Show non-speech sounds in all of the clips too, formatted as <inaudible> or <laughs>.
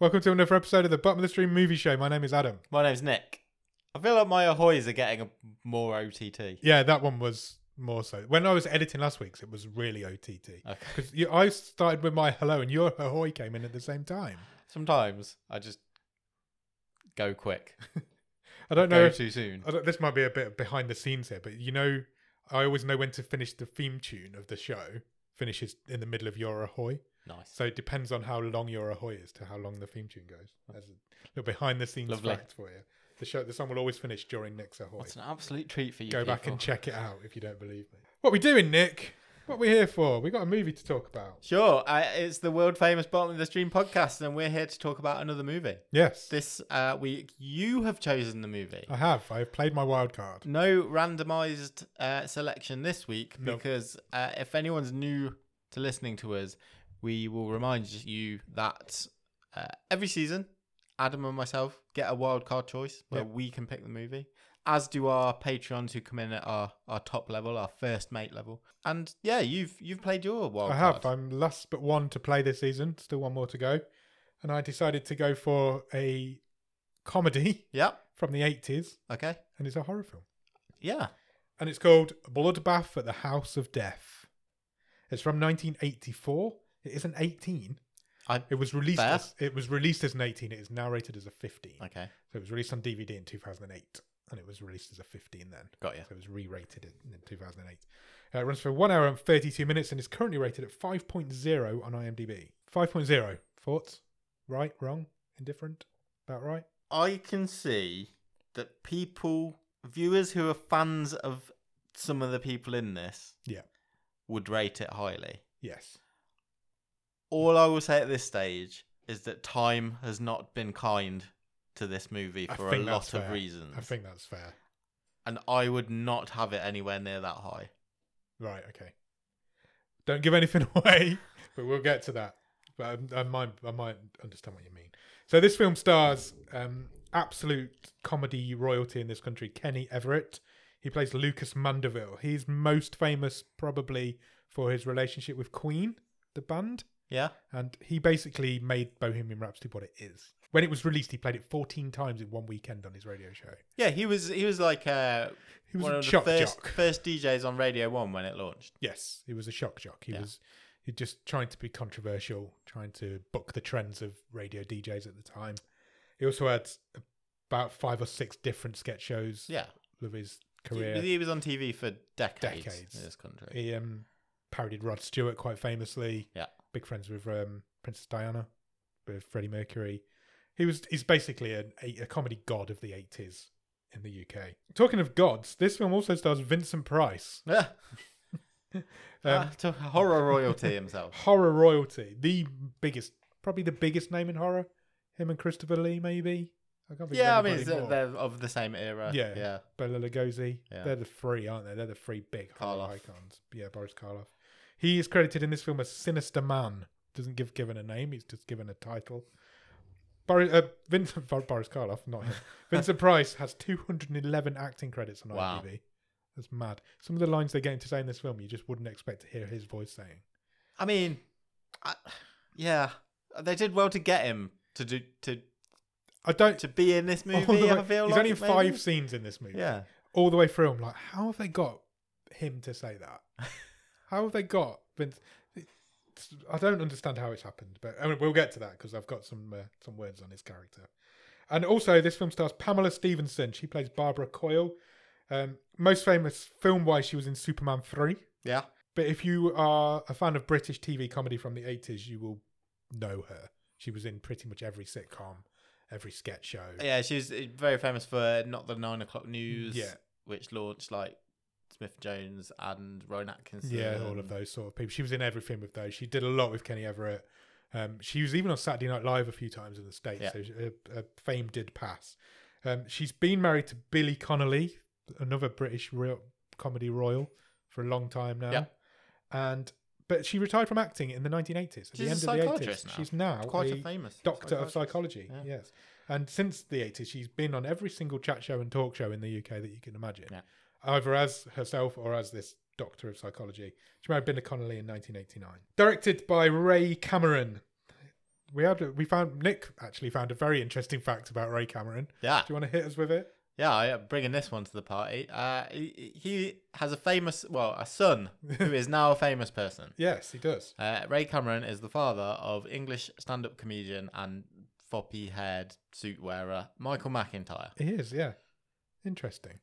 Welcome to another episode of the Bottom of the Stream Movie Show. My name is Adam. <laughs> My name's Nick. I feel like my ahoys are getting a, more OTT. Yeah, that one was more so. When I was editing last week's, it was really OTT. Okay. Because I started with my hello and your ahoy came in at the same time. Sometimes I just go quick, I don't know go if too soon. I don't, this might be a bit behind the scenes here, but you know, I always know when to finish the theme tune of the show. Finishes in the middle of your ahoy, Nice. so it depends on how long your ahoy is to how long the theme tune goes. That's a little behind the scenes Lovely. fact for you. The show, the song will always finish during Nick's ahoy. It's an absolute treat for you. Go back people. and check it out if you don't believe me. What we doing, Nick? What we here for? We got a movie to talk about. Sure, I, it's the world famous Bottom of the Stream podcast, and we're here to talk about another movie. Yes, This uh, week, you have chosen the movie. I have. I have played my wild card. No randomized uh, selection this week No. because uh, if anyone's new to listening to us, we will remind you that uh, every season, Adam and myself get a wild card choice where Yep. we can pick the movie, as do our Patreons who come in at our, our top level, our first mate level. And yeah, you've you've played your wild I card. have. I'm last but one to play this season. Still one more to go, and I decided to go for a comedy <laughs> Yep. from the 80s, Okay. and it's a horror film. Yeah. And it's called Bloodbath at the House of Death. It's from 1984. It isn't 18. I- it was released. Fair. As, it was released as an 18. It is now rated as a 15. Okay. So it was released on DVD in 2008, and it was released as a 15 then. Got you. So it was re-rated in, in 2008. Uh, it runs for one hour and 32 minutes, and is currently rated at 5.0 on IMDb. 5.0. Thoughts? Right? Wrong? Indifferent? About right? I can see that people, viewers who are fans of some of the people in this, Yeah. would rate it highly. Yes. All I will say at this stage is that time has not been kind to this movie I for a think that's lot of fair. reasons, I think that's fair. and I would not have it anywhere near that high. Right, okay. Don't give anything <laughs> away, but we'll get to that. But I, I might, I might understand what you mean. So this film stars um, absolute comedy royalty in this country, Kenny Everett. He plays Lucas Mandeville. He's most famous probably for his relationship with Queen, the band, Yeah, and he basically made Bohemian Rhapsody what it is. When it was released, he played it 14 times in one weekend on his radio show. yeah. He was he was like uh, He was one a of the shock first jock. first DJs on Radio One when it launched. Yes, he was a shock jock. He Yeah. was he just trying to be controversial, trying to buck the trends of radio DJs at the time. He also had about five or six different sketch shows Yeah, of his he, career. he was on TV for decades, Decades. in this country. <laughs> He um, parodied Rod Stewart quite famously. Yeah. big friends with um, Princess Diana, with Freddie Mercury. He was he's basically an, a, a comedy god of the eighties in the UK. Talking of gods, this film also stars Vincent Price. Yeah. Um, Ah, to horror royalty himself. horror royalty, the biggest, probably the biggest name in horror. Him and Christopher Lee, maybe. I can't think yeah, I of mean, anybody it's, uh, more. they're of the same era. Yeah. yeah. Bela Lugosi. Yeah. They're the three, aren't they? They're the three big horror Karloff. icons. Yeah, Boris Karloff. He is credited in this film as Sinister Man. Doesn't give given a name. He's just given a title. Boris, uh, Vincent <laughs> Bor- Boris Karloff, not <laughs> him. Vincent Price has 211 acting credits on Wow. IMDb. That's mad. Some of the lines they're getting to say in this film, you just wouldn't expect to hear his voice saying. I mean, I, yeah, they did well to get him to do to I don't. to be <laughs> in this all the movie. way- I feel he's like only in maybe. five scenes in this movie. Yeah, all the way through. I'm like, how have they got him to say <laughs> that? how have they got Vince? it's- I don't understand how it's happened, but I mean, we'll get to that because I've got some uh, some words on his character. And also, this film stars Pamela Stevenson. She plays Barbara Coyle. Um, most famous film wise, she was in Superman three. yeah, But if you are a fan of British TV comedy from the 80s, you will know her. She was in pretty much every sitcom, every sketch show. yeah. She was uh, very famous for not the nine o'clock news. Yeah. which launched like Smith Jones and Rowan Atkinson. Yeah, all um, of those sort of people. She was in everything with those. She did a lot with Kenny Everett. Um, she was even on Saturday Night Live a few times in the States, Yeah. so she- her, her fame did pass. Um, she's been married to Billy Connolly, another British real, comedy royal, for a long time now. Yeah. And but she retired from acting in the 1980s. At She's the a end of the 80s, psychiatrist now. she's now Quite a a famous doctor of psychologist. psychology. Yeah. Yes, and since the 80s, she's been on every single chat show and talk show in the UK that you can imagine, Yeah. either as herself or as this doctor of psychology. She married Bill Connolly in 1989. Directed by Ray Cameron. we had we found Nick actually found a very interesting fact about Ray Cameron. Yeah. Do you want to hit us with it? Yeah, I- I'm bringing this one to the party. Uh, he, he has a famous, well, a son who is now a famous person. Yes, he does. Uh, Ray Cameron is the father of English stand-up comedian and foppy-haired suit wearer Michael McIntyre. He is. Yeah, interesting.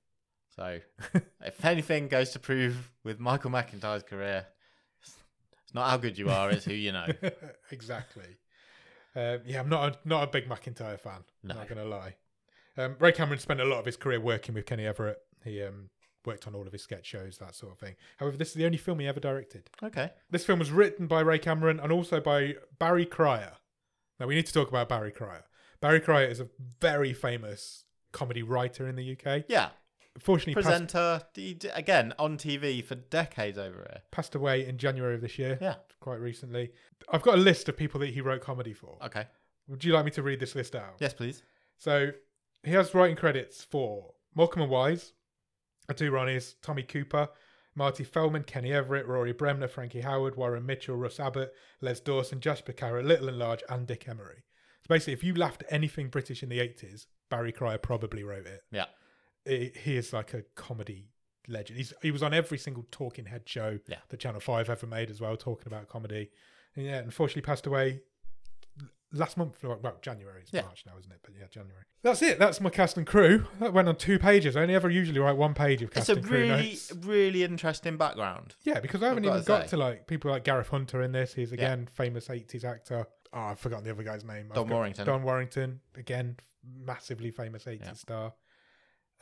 So, <laughs> if anything goes to prove with Michael McIntyre's career, it's not how good you are; it's who <laughs> you know. exactly. Um, yeah, I'm not a, not a big McIntyre fan. No. Not going to lie. Um, Ray Cameron spent a lot of his career working with Kenny Everett. He um, worked on all of his sketch shows, that sort of thing. However, this is the only film he ever directed. Okay. This film was written by Ray Cameron and also by Barry Cryer. Now, we need to talk about Barry Cryer. Barry Cryer is a very famous comedy writer in the UK. Yeah. Fortunately, passed, Presenter d- d- again on TV for decades over here. passed away in January of this year, Yeah. quite recently. I've got a list of people that he wrote comedy for. Okay. Would you like me to read this list out? Yes, please. So he has writing credits for Malcolm and Wise, the two Ronnies, Tommy Cooper, Marty Feldman, Kenny Everett, Rory Bremner, Frankie Howard, Warren Mitchell, Russ Abbott, Les Dawson, Jasper Carrot, Little and Large, and Dick Emery. So basically, if you laughed at anything British in the 80s, Barry Cryer probably wrote it. Yeah. He- he is like a comedy legend. He's, he was on every single talking head show Yeah. that Channel 5 ever made as well, talking about comedy. And yeah, unfortunately passed away last month. Well, well, January. It's Yeah. March now, isn't it? But yeah, January. That's it. That's my cast and crew. That went on two pages. I only ever usually write one page of cast it's a and crew really, notes. really interesting background. Yeah, because I haven't I've even gotta got say. to like people like Gareth Hunter in this. He's again famous '80s actor. Oh, I've forgotten the other guy's name. I've Don got- Warrington. Don Warrington, again, massively famous '80s Yeah. star.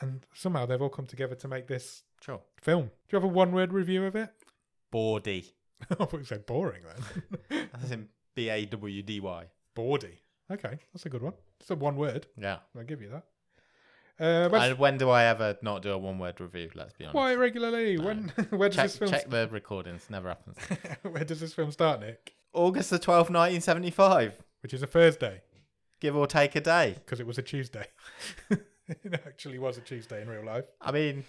And somehow they've all come together to make this Sure. film. Do you have a one-word review of it? <laughs> Bawdy. I thought you said boring then. <laughs> That's in B A W D Y. Bawdy. Okay, that's a good one. It's a one word. Yeah. I'll give you that. Uh, when's- And when do I ever not do a one word review? Let's be honest. Why regularly? When <laughs> where does Check, this film check the recordings. Never happens. <laughs> where does this film start, Nick? <laughs> August the 12th, 1975. Which is a Thursday Give or take a day. because it was a Tuesday. <laughs> it actually was a Tuesday in real life. I mean,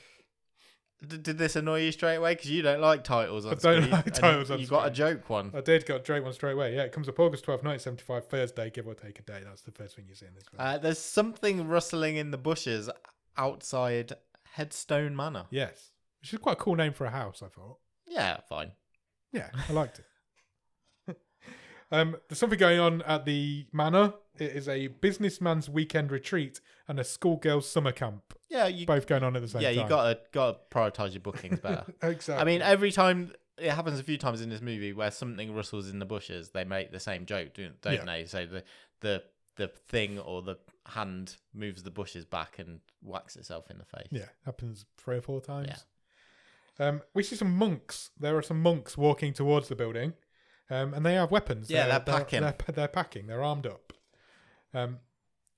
d- did this annoy you straight away? Because you don't like titles on I don't screen, like and titles on You got a joke one. I did got Drake one straight away. Yeah, it comes up August twelfth, nineteen seventy five, Thursday, give or take a day. That's the first thing you see in this film. Uh, there's something rustling in the bushes outside Headstone Manor. yes, which is quite a cool name for a house. I thought. Yeah, fine. Yeah, I liked it. <laughs> um, there's something going on at the manor. It is a businessman's weekend retreat and a schoolgirl's summer camp, Yeah, you. both going on at the same Yeah, time. you <laughs> gotta gotta prioritize your bookings better. exactly. I mean, every time it happens a few times in this movie where something rustles in the bushes, they make the same joke, don't, don't Yeah. they? So the the the thing or the hand moves the bushes back and whacks itself in the face. Yeah, happens three or four times. Um, we see some monks. There are some monks walking towards the building, um, and they have weapons. Yeah, they're packing. They're, they're, packing. They're armed up. Um,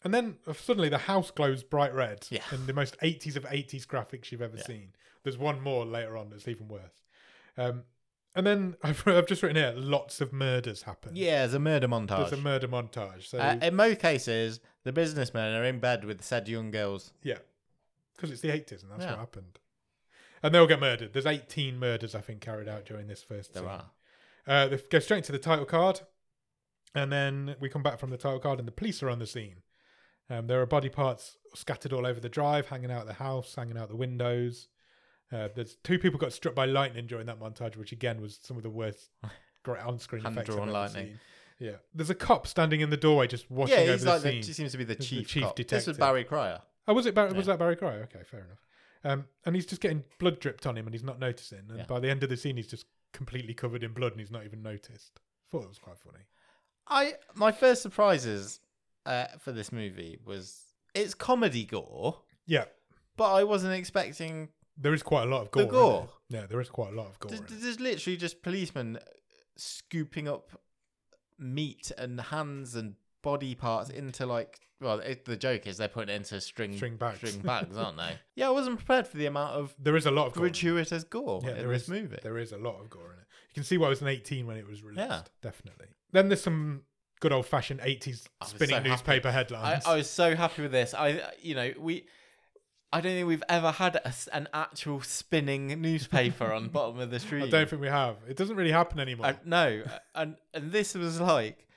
and then uh, suddenly the house glows bright red. Yeah. In the most 80s of 80s graphics you've ever seen. There's one more later on that's even worse. Um, and then <laughs> I've, I've just written here lots of murders happen. Yeah, there's a murder montage. There's a murder montage. So, uh, in most cases, the businessmen are in bed with said young girls. yeah. Because it's the 80s, and that's Yeah. what happened. And they all get murdered. There's 18 murders, I think, carried out during this first There scene. are. Uh, they go straight to the title card, and then we come back from the title card, and the police are on the scene. Um, there are body parts scattered all over the drive, hanging out the house, hanging out the windows. Uh, there's two people got struck by lightning during that montage, which again was some of the <laughs> worst great on-screen Hand effects I've drawn ever lightning. seen. Yeah, there's a cop standing in the doorway just watching Yeah, over he's the like the, scene. he seems to be the The chief, chief cop. This was detective. Barry Cryer. Oh, was it Barry, was that Barry Cryer? Okay, fair enough. Um, and he's just getting blood dripped on him, and he's not noticing. And Yeah. by the end of the scene, he's just completely covered in blood, and he's not even noticed. Thought it was quite funny. I my first surprises uh, for this movie was it's comedy gore, Yeah, but I wasn't expecting There is quite a lot of gore. The gore. in it. Yeah, there is quite a lot of gore. There's, in it. there's literally just policemen uh, scooping up meat and hands and body parts into like. Well, it, the joke is they're putting it into string String bags. string bags, <laughs> aren't they? Yeah, I wasn't prepared for the amount of There is a lot of gore. in it. gratuitous gore Yeah, in there this is movie. There is a lot of gore in it. You can see why it was an 18 when it was released. Yeah. Definitely. Then there's some good old fashioned 80s was spinning so happy. newspaper I, headlines. I was so happy with this. I, you know, we. I don't think we've ever had a s an actual spinning <laughs> newspaper on bottom of the I <laughs> street. don't think we have. It doesn't really happen anymore. I, no, and and this was like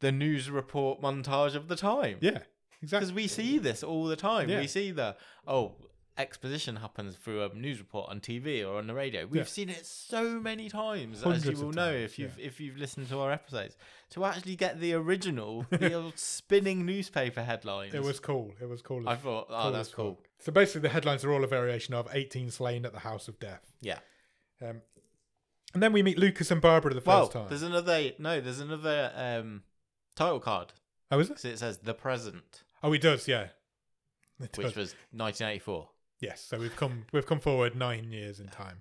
the news report montage of the time. Yeah, exactly. Because we see this all the time. Yeah. We see the oh exposition happens through a news report on TV or on the radio. We've Yeah. seen it so many times, Hundreds as of you will know times, if you've if you've listened to our episodes. To actually get <laughs> the original, the old spinning newspaper headlines. It was cool. It was cool. I As, thought, oh, cool that's as cool. fuck. so basically, the headlines are all a variation of 18 slain at the house of death. Yeah. Um, and then we meet Lucas and Barbara the first Well, time. there's another no, there's another um title card. Oh, is it? So it says the present, Oh, he does. Yeah. It does. which was 1984. Yes, so we've come we've come forward nine years in time,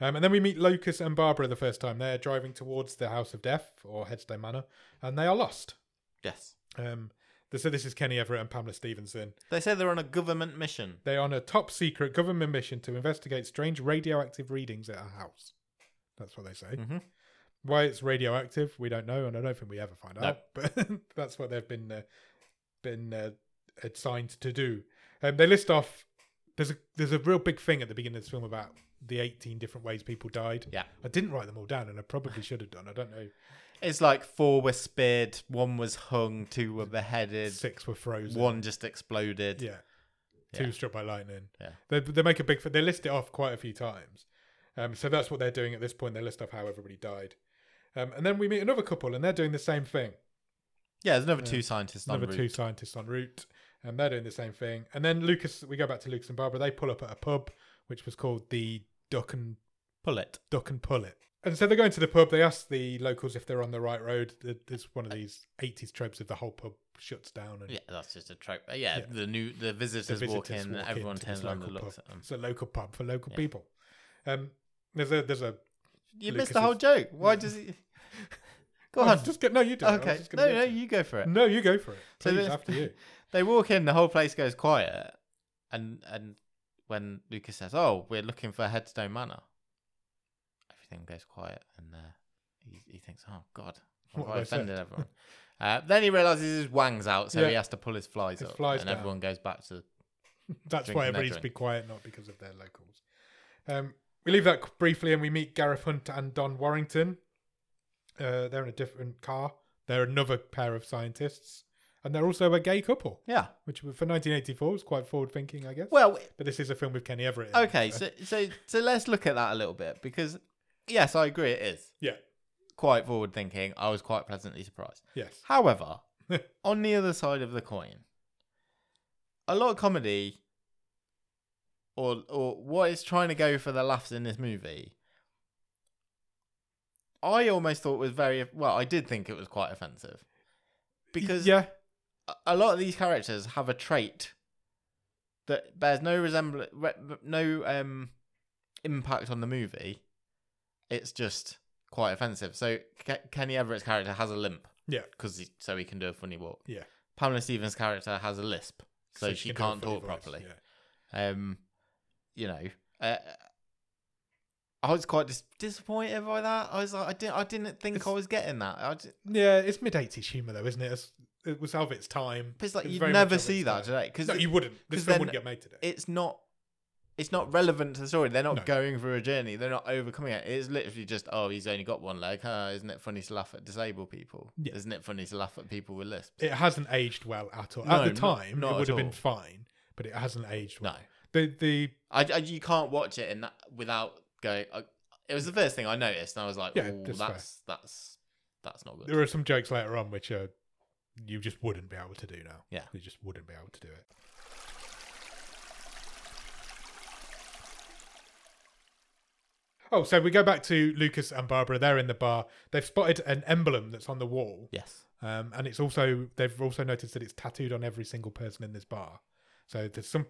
um, and then we meet Locus and Barbara the first time. They're driving towards the House of Death or Headstone Manor, and they are lost. Yes. Um, th- so this is Kenny Everett and Pamela Stevenson. They say they're on a government mission. They're on a top secret government mission to investigate strange radioactive readings at a house. That's what they say. Mhm. Why it's radioactive, we don't know, and I don't think we ever find No. out. <laughs> But that's what they've been uh, been uh, assigned to do. Um, they list off. There's a there's a real big thing at the beginning of this film about the 18 different ways people died. Yeah. I didn't write them all down, and I probably should have done. I don't know. It's like four were speared, one was hung, two were beheaded, Six were frozen. one just exploded. Yeah. Yeah. Two struck by lightning. Yeah. They, they make a big. They list it off quite a few times. Um, so that's what they're doing at this point. They list off how everybody died. Um, and then we meet another couple, and they're doing the same thing. Yeah, there's another two scientists on Another route. two scientists en route, and they're doing the same thing. And then Lucas, we go back to Lucas and Barbara. They pull up at a pub, which was called the Duck and Pull it. Duck and Pull It. And so they go into the pub. They ask the locals if they're on the right road. Th- It's one of these '80s tropes of the whole pub shuts down and Yeah, that's just a trope. Uh, Yeah, Yeah. the new the visitors, walk in, and everyone turns around and looks at them. It's a local pub for local Yeah. people. Um, there's a there's a. You Lucas missed the whole is- joke. Why <laughs> does he? I Go on. was oh, just get no, you do. it. I was okay. just gonna No, get no, to it. you go for it. no, you go for it. So Please, the- after <laughs> you. They walk in, the whole place goes quiet, and and when Lucas says, "Oh, we're looking for Headstone Manor," everything goes quiet, and uh, he, he thinks, "Oh God, I've What have I offended everyone." <laughs> Uh, then he realizes his wang's out, so Yeah. he has to pull his flies His up, flies and down. everyone goes back to. That's Drink why and everybody's measuring. be quiet, not because of their locals. Um, we leave that qu- briefly, and we meet Gareth Hunt and Don Warrington. Uh, they're in a different car. They're another pair of scientists, and they're also a gay couple, Yeah. which for 1984 was quite forward thinking, I guess. Well, but this is a film with Kenny Everett. in it, okay, so so so let's look at that a little bit because yes, I agree, it is yeah, quite forward thinking. I was quite pleasantly surprised. yes, However, on the other side of the coin, a lot of comedy or or what it's trying to go for the laughs in this movie, I almost thought was very well, I did think it was quite offensive. Because yeah, a- a lot of these characters have a trait that bears no resemblance, no um, impact on the movie. It's just quite offensive. So Ke- Kenny Everett's character has a limp, Yeah. because so he can do a funny walk. Yeah. Pamela Stevens' character has a lisp, so, she, can do a can't funny talk voice, properly. yeah. Um, you know, uh, I was quite dis- disappointed by that. I was like, I didn't, I didn't think I It's- was getting that. I d- Yeah, it's mid '80s humor though, isn't it? It's, it was of its time. but it's like It's you'd very never much of see its that time. today because No, you wouldn't. This 'cause film then wouldn't get made today. it's not it's not relevant to the story. They're not No. going through a journey. They're not overcoming it. It's literally just, oh, he's only got one leg. Huh? Isn't it funny to laugh at disabled people? Yeah. Isn't it funny to laugh at people with lisps? it hasn't aged well at all. No, at the not- time, not it would at have been all. fine, but it hasn't aged no, well. The the I, I- you can't watch it and that without going. I, it was the first thing I noticed, and I was like, Yeah, oh, that's that's that's that's not good. there are some jokes later on which are you just wouldn't be able to do now. Yeah. you just wouldn't be able to do it. Oh, so we go back to Lucas and Barbara. They're in the bar. They've spotted an emblem that's on the wall. yes, Um, and it's also they've also noticed that it's tattooed on every single person in this bar. So there's some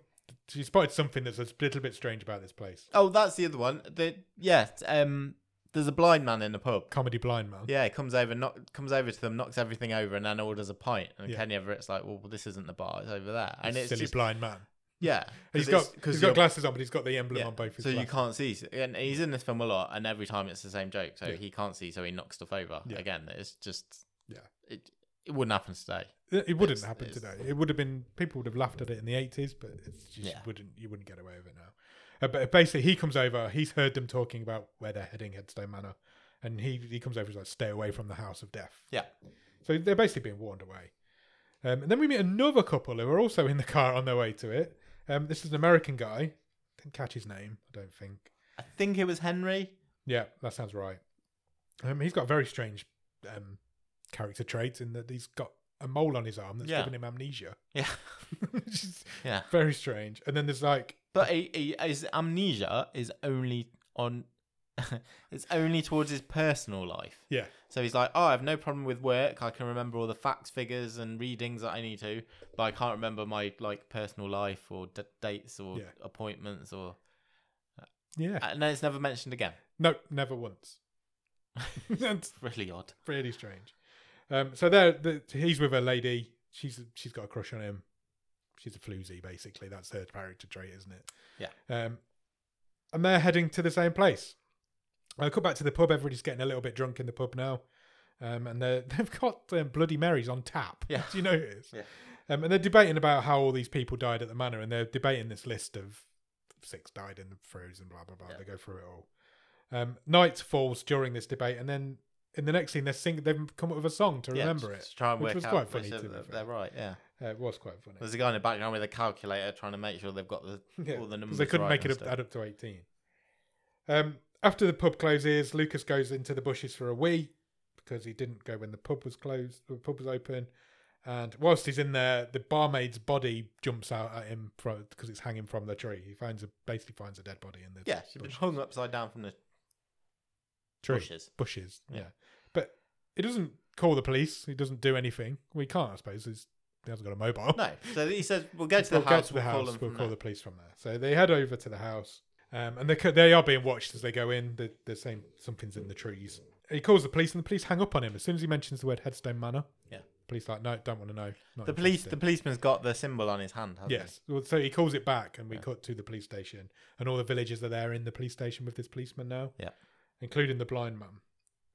she spotted something that's a little bit strange about this place. Oh, that's the other one. The yeah, um, there's a blind man in the pub. Comedy blind man. Yeah, he comes over, knock, comes over to them, knocks everything over, and then orders a pint. And Yeah. Kenny Everett's like, "Well, this isn't the bar; it's over there." And it's silly just blind man. yeah, He's 'cause got it's- he's you're- got glasses on, but he's got the emblem yeah, on both his so you glasses. can't see. So- And he's in this film a lot, and every time it's the same joke. So Yeah. he can't see, so he knocks stuff over Yeah. again. It's just Yeah. it it wouldn't happen today. It- it wouldn't it's- happen it's- today. It would have been people would have laughed at it in the eighties, but it's just Yeah. wouldn't you wouldn't get away with it now. Uh, but basically, he comes over. He's heard them talking about where they're heading, Headstone Manor, and he he comes over. He's like, "Stay away from the House of Death." Yeah. So they're basically being warned away. Um, and then we meet another couple who are also in the car on their way to it. Um, this is an American guy. Didn't catch his name, I don't think. I think it was Henry. Yeah, that sounds right. Um, he's got very strange um, character traits in that he's got a mole on his arm that's Yeah. given him amnesia, <laughs> Yeah, which is <laughs> yeah. very strange. And then there's like, But he, he, his amnesia is only on. <laughs> it's only towards his personal life. Yeah. So he's like, oh, I have no problem with work. I can remember all the facts, figures, and readings that I need to, but I can't remember my like personal life or d- dates or Yeah. appointments or. <laughs> yeah, And then it's never mentioned again. no, never once. <laughs> that's Really odd. really strange. Um, so there, the, he's with a lady. She's she's got a crush on him. She's a floozy, basically. That's her character trait, isn't it? Yeah. Um, and they're heading to the same place. I come back to the pub. Everybody's getting a little bit drunk in the pub now, um, and they're- <laughs> they've got um, Bloody Marys on tap. Yeah. <laughs> Do you notice? Yeah. Um, and they're debating about how all these people died at the manor, and they're debating this list of six died in the throes and blah blah blah. Yeah. They go through it all. Um, night falls during this debate, and then in the next scene, they're sing- they've come up with a song to Yeah, remember just it. to try and which work was out quite funny, which to of be the- fair. They're right. Yeah. Uh, it was quite funny. There's a guy in the background with a calculator trying to make sure they've got the Yeah, all the 'cause numbers. they couldn't right make and it up, stuff. add up to 18. Um, after the pub closes, Lucas goes into the bushes for a wee because he didn't go when the pub was closed, the pub was open. And whilst he's in there, the barmaid's body jumps out at him because it's hanging from the tree. He finds a, basically finds a dead body in the Yeah, she's been bush- hung upside down from the tree. bushes. bushes. Yeah. Yeah. But he doesn't call the police. He doesn't do anything. We can't, I suppose. He's, he hasn't got a mobile. No, so he says we'll go to the We'll house. go to the we'll house. call them. we'll from call the there. police from there. So they head over to the house, um, and they co- they are being watched as they go in. The the same something's in the trees. He calls the police, and the police hang up on him as soon as he mentions the word Headstone Manor. Yeah. police like no, don't want to know. not The police. The interested." policeman's got the symbol on his hand. Hasn't Yes. Well, so he calls it back, and we Yeah. cut to the police station, and all the villagers are there in the police station with this policeman now. Yeah. including the blind man.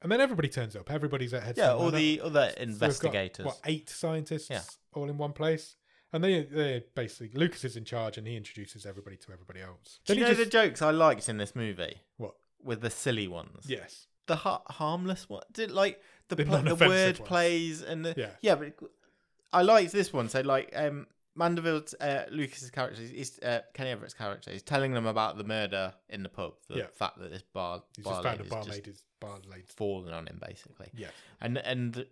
And then everybody turns up. Everybody's at he? Headstone. Yeah. All Manor. the other So we've got, investigators. what eight scientists Yeah. all in one place, and they they basically Lucas is in charge, and he introduces everybody to everybody else. Do Then you he know the just- jokes I liked in this movie? What? With the silly ones. yes, The ha- harmless one. Did like the The pl- the non-offensive word ones. plays and the, Yeah. but I liked this one. So like um Mandeville's uh, Lucas's character, he's, uh, Kenny Everett's character, he's telling them about the murder in the pub. The Yeah. fact that this bar he's bar just found a lady's just barmaid is barmaid. fallen on him basically. Yes, and and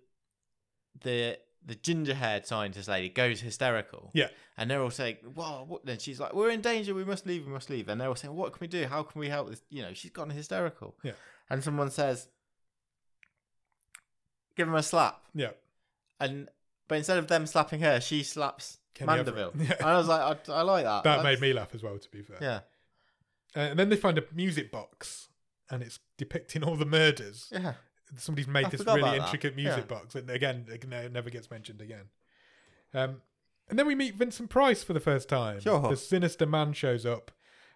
the the ginger haired scientist lady goes hysterical. Yeah. and they're all saying, "Wow!" What? Then she's like, "We're in danger. We must leave. We must leave." And they're all saying, "What can we do? How can we help?" This, you know, she's gone hysterical. Yeah. and someone says, "Give him a slap," yeah, and but instead of them slapping her, she slaps Kenny Everett. Mandeville. <laughs> Yeah. And I was like, I, I like that. that made Uh, That's- me laugh as well. To be fair, Yeah, Uh, and then they find a music box, and it's depicting all the murders. yeah. Somebody's made I this forgot really about that. intricate music Yeah. box, and again, it ne- never gets mentioned again. Um, and then we meet Vincent Price for the first time. Sure. The sinister man shows up,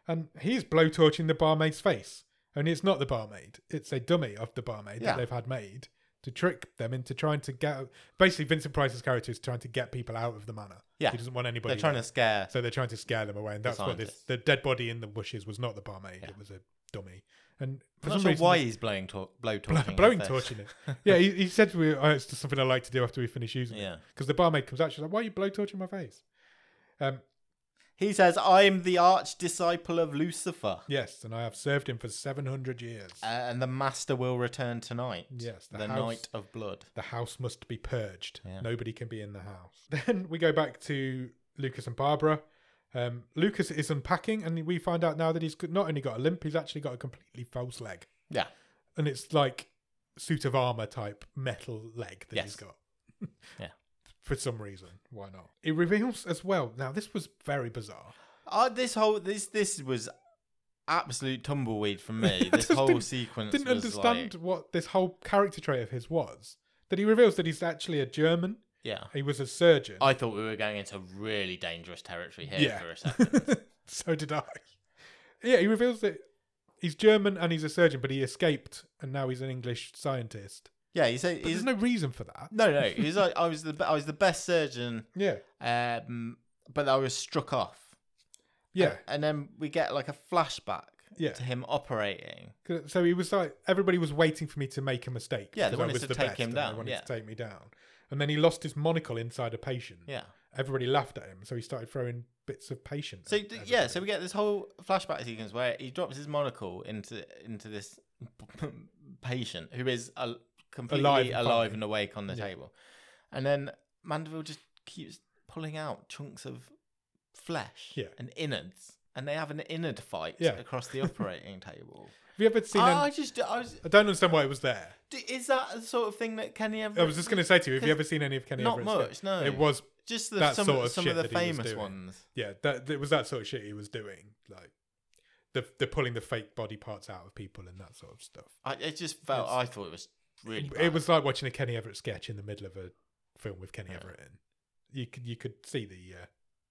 and he's blowtorching the barmaid's face. Only it's not the barmaid; it's a dummy of the barmaid Yeah. that they've had made to trick them into trying to get. Basically, Vincent Price's character is trying to get people out of the manor. Yeah. he doesn't want anybody. They're trying to scare. So they're trying to scare them away, and The that's what this scientists. the dead body in the bushes was not the barmaid; Yeah. it was a dummy. And for I'm not some sure reason, why he's blowing tor- blow bl- torching. her blowing face. torch in <laughs> it. Yeah, he, he said to me, oh, "It's just something I like to do after we finish using it." Yeah. Because the barmaid comes out, she's like, "Why are you blow torching my face?" Um, He says, I'm the arch disciple of Lucifer. yes, and I have served him for seven hundred years. Uh, and the master will return tonight. Yes, the The, house- night of blood. the house must be purged. Yeah. Nobody can be in the house. <laughs> Then we go back to Lucas and Barbara. Um, Lucas is unpacking, and we find out now that he's not only got a limp, he's actually got a completely false leg. Yeah. and it's like suit of armor type metal leg that he's Yes. got. <laughs> Yeah. For some reason, why not? It reveals as well. Now this was very bizarre. Uh, this whole this this was absolute tumbleweed from me. <laughs> I This just whole didn't- sequence Didn't was understand Like, what this whole character trait of his was. That he reveals that he's actually a German. yeah. He was a surgeon. I thought we were going into really dangerous territory here Yeah. for <laughs> a second. <laughs> so did I. Yeah, he reveals that he's German and he's a surgeon, but he escaped and now he's an English scientist. yeah, he said But he's there's no reason for that. no no. He's like I was the be- I was the best surgeon, Yeah, um, but I was struck off. yeah. And, and then we get like a flashback Yeah. to him operating. 'Cause- So he was like, everybody was waiting for me to make a mistake. Yeah, they because I wanted was to the take best him and they down, wanted yeah. to take me down. And then he lost his monocle inside a patient. Yeah. Everybody laughed at him, so he started throwing bits of patient. So at d- yeah, everybody. so we get this whole flashback sequence where he drops his monocle into into this <laughs> patient who is al- completely Alive alive, and and, fine. awake on the Yeah. table, and then Mandeville just keeps pulling out chunks of flesh Yeah. and innards, and they have an innard fight Yeah. across <laughs> the operating table. have you ever seen? I, an- I just I was I don't understand why it was there. d- is that the sort of thing that Kenny ever? I was just going to say to you, have you ever seen any of Kenny not Everett's much, no. It was just the, that some sort of some shit of that the he was famous doing. ones. yeah, that it was that sort of shit he was doing, like the the pulling the fake body parts out of people and that sort of stuff. I it just felt It's- I thought it was really bad. It was like watching a Kenny Everett sketch in the middle of a film with Kenny Everett in. You could you could see the uh,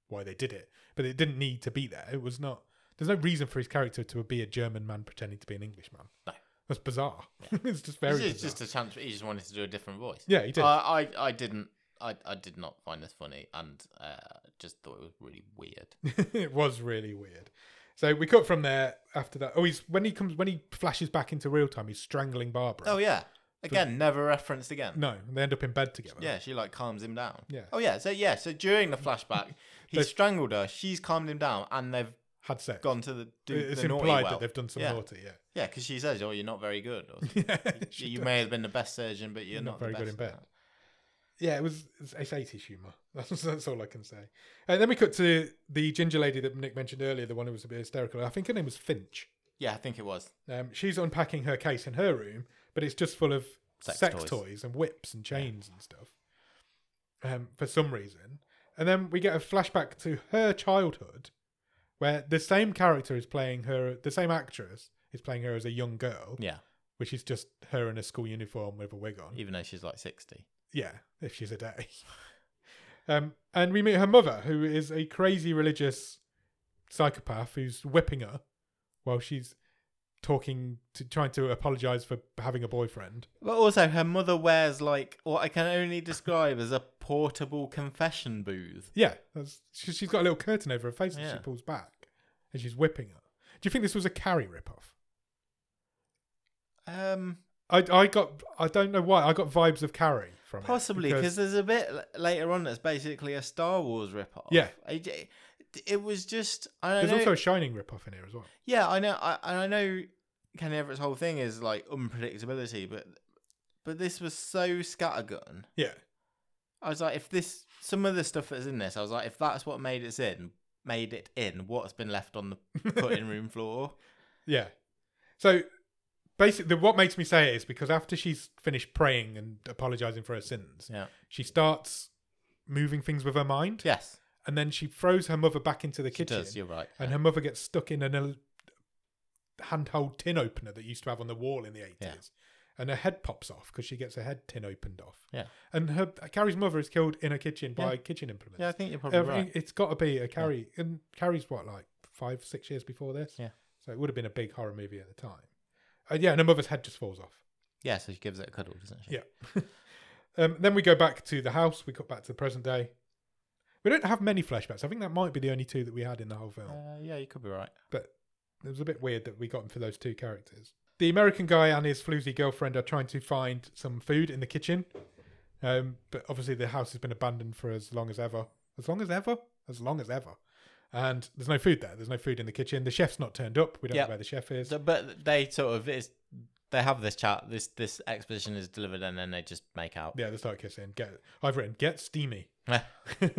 why they did it, but it didn't need to be there. It was not. There's no reason for his character to be a German man pretending to be an Englishman. No. that's bizarre. <laughs> it's just very. It's bizarre. just- just a chance. He just wanted to do a different voice. yeah, <laughs> he did. I, I, I didn't. I, I did not find this funny, and uh, just thought it was really <laughs> weird. <laughs> it was really weird. So we cut from there after that. Oh, he's when he comes when he flashes back into real time, he's strangling Barbara. Oh yeah. Again, never referenced again. No, and they end up in bed together. Yeah, she like calms him down. Yeah. Oh yeah. So yeah. So during the <laughs> flashback, he They- strangled her. She's calmed him down, and they've had sex. gone to the. Do, It- it's the naughty implied well. that they've done some yeah. naughty. Yeah, Yeah, because she says, "Oh, you're not very good. <laughs> Or, yeah, you you may have been the best surgeon, but you're not not, the very good in best." bed. yeah. It was it's eighties humor. <laughs> That's that's all I can say. And then we cut to the ginger lady that Nick mentioned earlier, the one who was a bit hysterical. I think her name was Finch. Yeah, I think it was. Um, she's unpacking her case in her room, but it's just full of sex, Sex toys. toys. and whips and chains and stuff. Um, for some reason, and then we get a flashback to her childhood, where the same character is playing her, the same actress is playing her as a young girl, Yeah, which is just her in a school uniform with a wig on. even though she's like sixty. Yeah, if she's a day. <laughs> um, and we meet her mother, who is a crazy religious psychopath who's whipping her while she's talking to trying to apologize for having a boyfriend. But also, her mother wears like what I can only describe as a portable confession booth. Yeah, that's, she, she's got a little curtain over her face that Yeah. she pulls back, and she's whipping her. Do you think this was a carry ripoff? Um, I I got I don't know why I got vibes of carry from it, possibly because there's a bit l- later on that's basically a Star Wars ripoff. Yeah. I j- it was just I don't there's know. also a shining ripoff in here as well. yeah, I know. I and I know Kenny Everett's whole thing is like unpredictability, but but this was so scattergun. Yeah, I was like, if this some of the stuff that's in this, I was like, if that's what made it in, made it in, what's been left on <laughs> the cutting room floor? Yeah. So basically, what makes me say it is because after she's finished praying and apologizing for her sins, Yeah. she starts moving things with her mind, Yes, and then she throws her mother back into the she kitchen, does. You're right. and her mother gets stuck in an el- handheld tin opener that used to have on the wall in the eighties. Yeah. And her head pops off because she gets her head tin opened off. Yeah. And her Carrie's mother is killed in her kitchen by Yeah. kitchen implements. yeah, I think you're probably Every- right. It's got to be a Carrie, and Carrie's what like five, six years before this. Yeah. So it would have been a big horror movie at the time. Uh, yeah, and her mother's head just falls off. Yeah, so she gives it a cuddle, doesn't she? Yeah. Um, then we go back to the house. We cut back to the present day. We don't have many flashbacks. I think that might be the only two that we had in the whole film. Uh, yeah, you could be right. But it was a bit weird that we got them for those two characters. The American guy and his floozy girlfriend are trying to find some food in the kitchen. Um, but obviously, the house has been abandoned for as long as ever. As long as ever? As long as ever. And there's no food there. There's no food in the kitchen. The chef's not turned up. We don't Yep. know where the chef is. So, but they sort of it's they have this chat. This this exposition is delivered, and then they just make out. Yeah, they start kissing. Get, I've written, get steamy. <laughs> Yeah.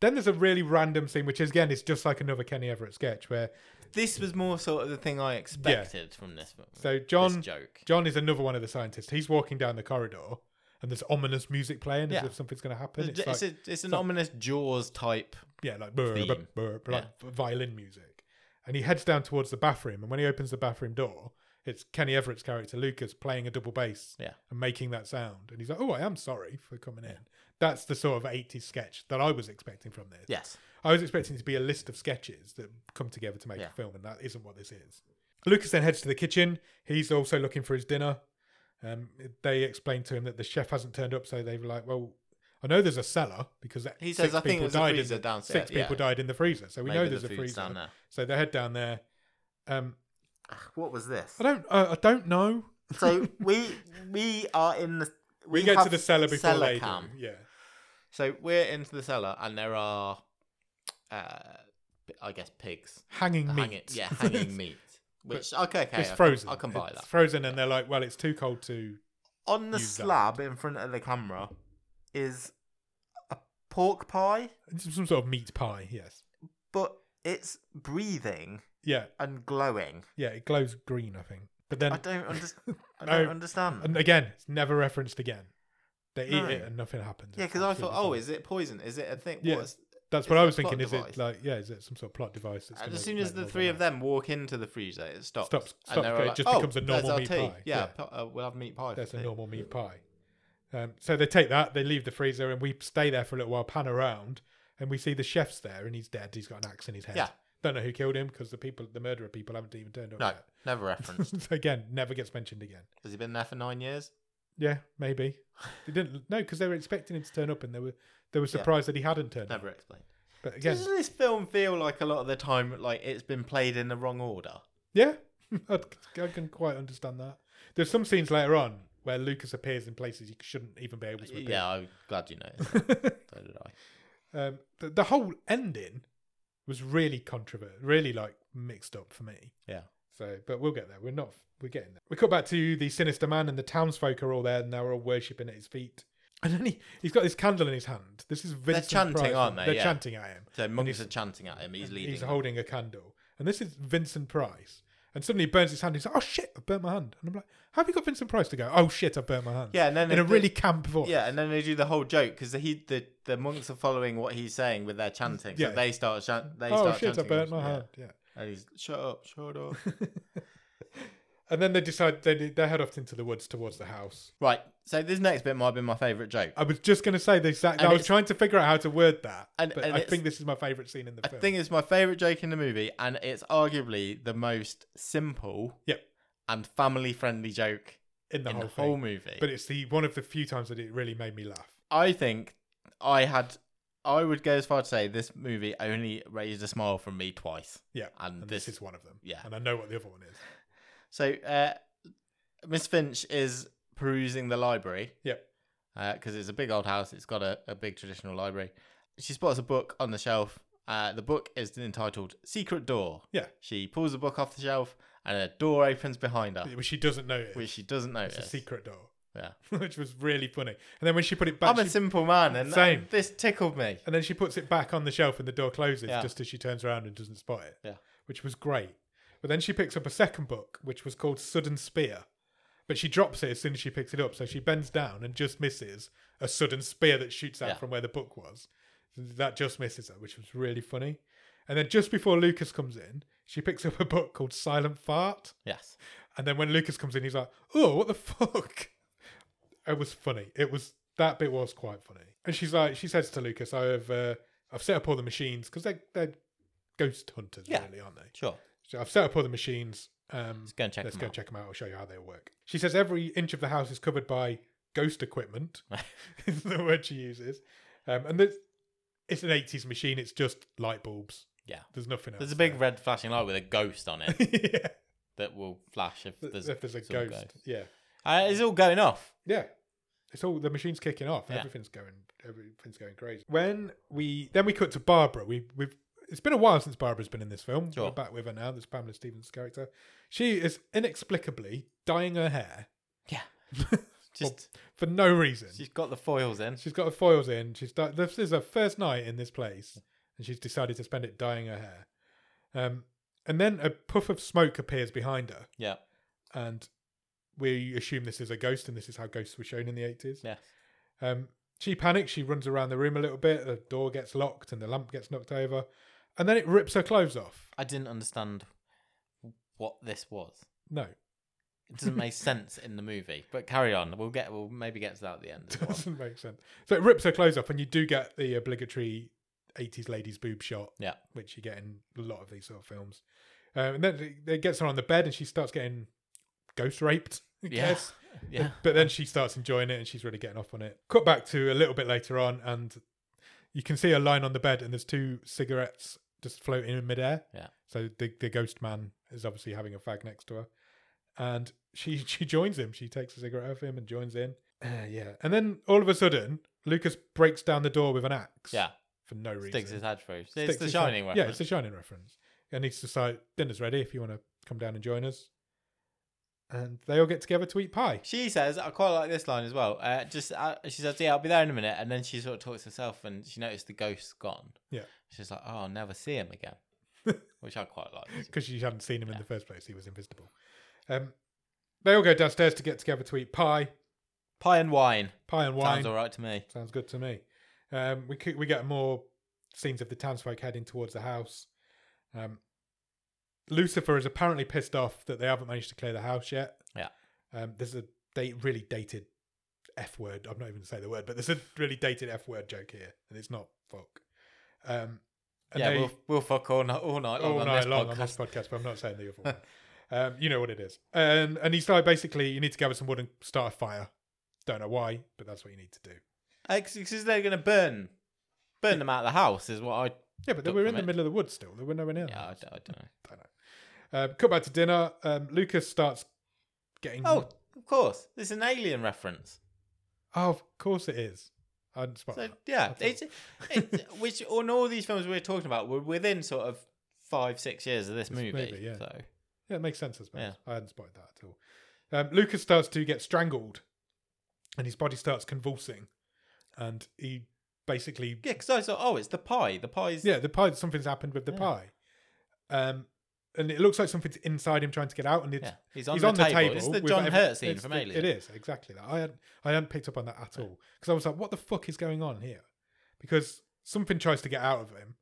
then there's a really random scene, which is, again, it's just like another Kenny Everett sketch where. <laughs> This was more sort of the thing I expected from this, So, this John. joke. John is another one of the scientists. He's walking down the corridor and there's ominous music playing as Yeah. if something's going to happen. It's, It's, like, a- it's an ominous Jaws type. yeah, like, brr, brr, theme. brr, brr, like violin music. And he heads down towards the bathroom. And when he opens the bathroom door, it's Kenny Everett's character, Lucas, playing a double bass Yeah. and making that sound. And he's like, oh, I am sorry for coming in. That's the sort of 80s sketch that I was expecting from this. Yes. I was expecting it to be a list of sketches that come together to make Yeah. a film, and that isn't what this is. Lucas then heads to the kitchen. He's also looking for his dinner. Um, they explain to him that the chef hasn't turned up, so they were like, "Well, I know there's a cellar because He six says, "I think people there's a died in freezer the- downstairs." Six people Yeah. died in the freezer, so we know Maybe there's the a food's freezer. down there. So they head down there. Um, Ah, What was this? I don't. Uh, I don't know. <laughs> <laughs> So we we are in the We, we go to have the cellar before cellar they cam. do. Yeah. So we're into the cellar, and there are, uh, I guess pigs. Hanging meat. Hanging, <laughs> yeah, hanging meat. Which okay, okay, it's I'll- frozen. I'll come by It's that. frozen, and they're like, "Well, it's too cold to." On the Use that. slab in front of the camera is a pork pie, it's Some sort of meat pie. Yes. but it's breathing Yeah. and glowing. Yeah. It glows green, I think. But then I don't <laughs> understand. I No. don't understand. And again, it's never referenced again. They No. eat it and nothing happens. yeah, It's because I thought, absolutely oh, fine. is it poison? Is it a thing? Yeah. What's- that's is what it I a was thinking. plot Is device? it like yeah? Is it some sort of plot device? That's And gonna as soon as make the more three of than them walk into the freezer, it stops. Stops- And stops, they're it like, just "Oh, becomes a there's normal our meat tea." pie. Yeah, Yeah. po- uh, we'll have meat pie. for That's a tea. normal meat pie. Um, so they take that, they leave the freezer, and we stay there for a little while, pan around, and we see the chef's there, and he's dead. He's got an axe in his head. Yeah. Don't know who killed him because the people, the murderer people, haven't even turned up No, yet. <laughs> never referenced. so again, never gets mentioned again. Has he been there for nine years? Yeah, maybe they didn't. No, because they were expecting him to turn up, and they were they were surprised that he hadn't turned up. Never explained. But again, Doesn't this film feel like a lot of the time, like it's been played in the wrong order? Yeah, <laughs> I, I can quite understand that. There's some scenes later on where Lucas appears in places he shouldn't even be able to appear. Yeah, I'm glad <laughs> you noticed. so did I. um, the, the whole ending was really controversial, really like mixed up for me. Yeah. So, but we'll get there. We're not. We're getting there. We cut back to the sinister man, and the townsfolk are all there, and they're all worshiping at his feet. And then he, he's got this candle in his hand. This is Vincent chanting, Price. aren't they? They're Yeah. chanting at him. So monks are chanting at him. He's leading. He's holding a candle. And this is Vincent Price. And suddenly he burns his hand. He's like, oh shit, I burnt my hand. And I'm like, how have you got Vincent Price to go, oh shit, I burnt my hand? yeah, and then In they- a really camp voice. yeah, and then they do the whole joke because he the, the monks are following what he's saying with their chanting. So Yeah. they start chant. They oh start shit, I chanting. burnt my yeah. hand. Yeah. And he's shut up, <laughs> shut up. And then they decide they, they head off into the woods towards the house. right. So this next bit might have been my favourite joke. I was just going to say the exact. And I was it's- trying to figure out how to word that, And- but and I it's- think this is my favourite scene in the I film. think it's my favourite joke in the movie, and it's arguably the most simple Yep. and family friendly joke in the in whole the whole thing. movie. But it's the one of the few times that it really made me laugh. I think I had, I would go as far to say this movie only raised a smile from me twice. Yeah, and And, this, this, is one of them. yeah. and I know what the other one is. so uh, Miss Finch is perusing the library Yep. because it's a big old house. It's got a, a big traditional library. She spots a book on the shelf. Uh, the book is entitled "Secret Door." Yeah. She pulls the book off the shelf, and a door opens behind her, Which she doesn't notice. which she doesn't It's notice. a secret door. Yeah. <laughs> which was really funny. And then when she put it back, I'm a she- simple man, and Same. this tickled me. and then she puts it back on the shelf, and the door closes Yeah. just as she turns around and doesn't spot it. Yeah. which was great. But then she picks up a second book, which was called Sudden Spear. But she drops it as soon as she picks it up, so she bends down and just misses a sudden spear that shoots out Yeah. from where the book was. That just misses her, which was really funny. And then just before Lucas comes in, she picks up a book called Silent Fart. Yes. And then when Lucas comes in, he's like, "Oh, what the fuck?" It was funny. It was that bit was quite funny. And she's like, she says to Lucas, "I have, uh, I've set up all the machines because they're they're ghost hunters, Yeah. really, aren't they? Sure. So I've set up all the machines. Um, Let's go and check let's them go out. check them out. I'll show you how they work." She says every inch of the house is covered by ghost <laughs> equipment. <laughs> is the word she uses. Um, and there's, it's an '80s machine. It's just light bulbs. Yeah. There's nothing else. There's a big red flashing light with a ghost <laughs> on it yeah. that will flash if <laughs> there's, If there's a some ghost, yeah. Uh, it's all going off. Yeah. It's all the machine's kicking off. Yeah. Everything's going everything's going crazy. When we then we cut to Barbara. We we've it's been a while since Barbara's been in this film. Sure. We're back with her now, this Pamela Stevens character. She is inexplicably dyeing her hair Yeah. Just for no reason. she's got the foils in. She's got her foils in. She's di- this is her first night in this place, and she's decided to spend it dyeing her hair. Um, and then a puff of smoke appears behind her, Yeah. and we assume this is a ghost, and this is how ghosts were shown in the eighties. Yeah. Um, she panics. She runs around the room a little bit. The door gets locked and the lamp gets knocked over. And then it rips her clothes off. I didn't understand what this was. No, <laughs> It doesn't make sense in the movie. But carry on. We'll get. We'll maybe get to that at the end. <laughs> as well. <laughs> doesn't make sense. So it rips her clothes off, and you do get the obligatory 80s ladies boob shot, yeah. which you get in a lot of these sort of films. Um, and then it- it gets her on the bed and she starts getting ghost raped, I Yeah. guess. Yeah. But then she starts enjoying it and she's really getting off on it. Cut back to a little bit later on, and you can see her lying on the bed, and there's two cigarettes just floating in midair. Yeah. So the the ghost man is obviously having a fag next to her, and she <laughs> she joins him. She takes a cigarette off him and joins in. Uh, yeah. And then all of a sudden, Lucas breaks down the door with an axe. Yeah. For no <laughs> reason. Sticks his head through. Sticks It's the his hand- shining Yeah, it's reference. the shining reference. And he's just like, dinner's ready if you want to come down and join us. And they all get together to eat pie. She says, I quite like this line as well. Uh, just uh, she says, "Yeah, I'll be there in a minute," and then she sort of talks to herself, and she noticed the ghost's gone. Yeah. she's like, "Oh, I'll never see him again," <laughs> which I quite like. because you hadn't seen him in Yeah. the first place. He was invisible. Um, they all go downstairs to get together to eat pie, Pie and wine, pie and wine. sounds all right to me. Sounds good to me. Um, we c- we get more scenes of the townsfolk heading towards the house. Um, Lucifer is apparently pissed off that they haven't managed to clear the house yet. Yeah. Um, there's a date really dated f word. I'm not even gonna say the word, but there's a really dated f word joke here, and it's not fuck. Um, and yeah, they- we'll, we'll fuck all night, all night long all on night this long podcast. on this podcast, but I'm not saying the other one. Um, you know what it is. And and he's like, basically, you need to gather some wood and start a fire. Don't know why, but that's what you need to do. Because Uh, they're going to burn, burn them out of the house, is what I. Yeah, but they Took were from in the it. middle of the woods still. There were no one else. Yeah, I, don't- I don't know. Um, cut back to dinner. Um, Lucas starts getting. Oh, of course, it's an alien reference. Oh, of course it is. I'd spot So that. yeah, thought- it's, it's which on all these films we we're talking about were within sort of five six years of this, movie. movie, yeah. So Yeah, it makes sense, I suppose. I hadn't spotted that at all. Um, Lucas starts to get strangled and his body starts convulsing. And he basically yeah, because I thought, oh, it's the pie. The pie's Yeah, the pie. Something's happened with the Yeah. pie, um, and it looks like something's inside him trying to get out, and it's, yeah. He's on, he's the, on table. It's the with John every- Hurt scene it's from the- Alien. It is exactly that. I had I hadn't picked up on that at all because I was like, what the fuck is going on here? Because something tries to get out of him,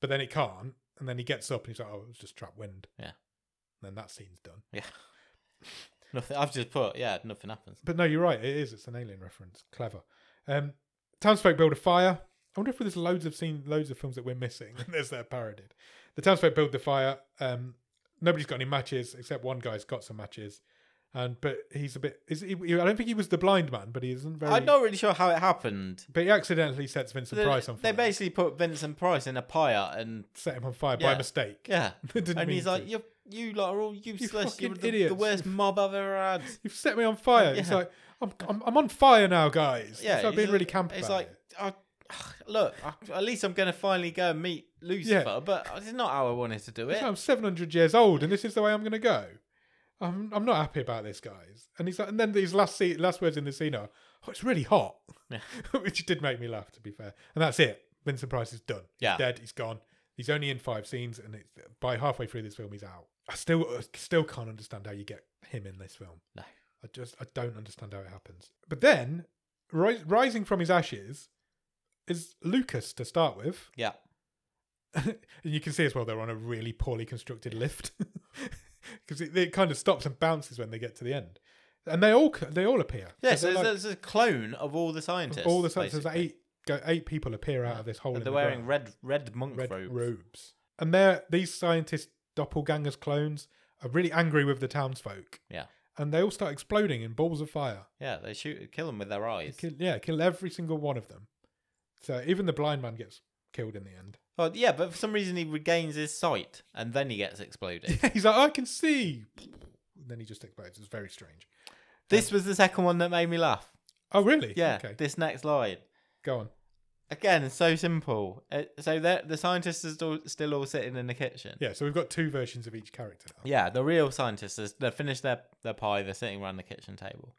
but then it can't, and then he gets up and he's like, oh, it was just trap wind. Yeah. And then that scene's done. Nothing. I've just put yeah, nothing happens. But no, you're right. It is. It's an alien reference. Clever. Um, townsfolk build a fire. I wonder if there's loads of seen loads of films that we're missing. <laughs> and There's that parodied. The townsfolk build the fire. Um, nobody's got any matches except one guy's got some matches, and but he's a bit. Is he, I don't think he was the blind man, but he isn't very. I'm not really sure how it happened. But he accidentally sets Vincent They- Price on they fire. basically put Vincent Price in a pie and set him on fire by Yeah. mistake. yeah, They <laughs> didn't and mean he's like, to. you you lot are all useless. fucking You're the, the idiots. worst mob I've ever had. "You've set me on fire." He's like, "I'm, I'm, I'm on fire now, guys." Yeah, it's like he's being a- really camp. It's about like, it. I, look, I, at least I'm going to finally go and meet Lucifer, but it's not how I wanted to do it. I'm 700 years old, and this is the way I'm going to go. I'm, I'm not happy about this, guys. And he's like, and then these last scene, last words in the scene are, "Oh, it's really hot," Yeah. <laughs> which did make me laugh, to be fair. And that's it. Vincent Price is done. Yeah. He's dead. He's gone. He's only in five scenes, and it's, by halfway through this film, he's out. I still, I still can't understand how you get him in this film. No. I just, I don't understand how it happens. But then, ri- rising from his ashes, is Lucas to start with. Yeah. and you can see as well they're on a really poorly constructed lift <laughs> because it, it kind of stops and bounces when they get to the end, and they all c- they all appear. Yeah, they're so like- there's a clone of all the scientists. all the scientists, there's like basically. eight go, eight people appear out of this hole. And in they're the wearing ground. red red monk red robes. and they're these scientist doppelgangers clones are really angry with the townsfolk. Yeah. and they all start exploding in balls of fire. Yeah, they shoot, kill them with their eyes. Kill, yeah, kill every single one of them. So even the blind man gets killed in the end. <laughs> Oh, yeah, but for some reason he regains his sight and then he gets <laughs> exploded. He's like, I can see. And then he just explodes. It's very strange. this was the second one that made me laugh. Oh, really? Yeah, Okay. this next line. Go on. Again, so simple. Uh, so they're- the scientists are still, still all sitting in the kitchen. Yeah, so we've got two versions of each character now. Yeah, the real scientists, is- they've finished their, their pie, they're sitting around the kitchen table.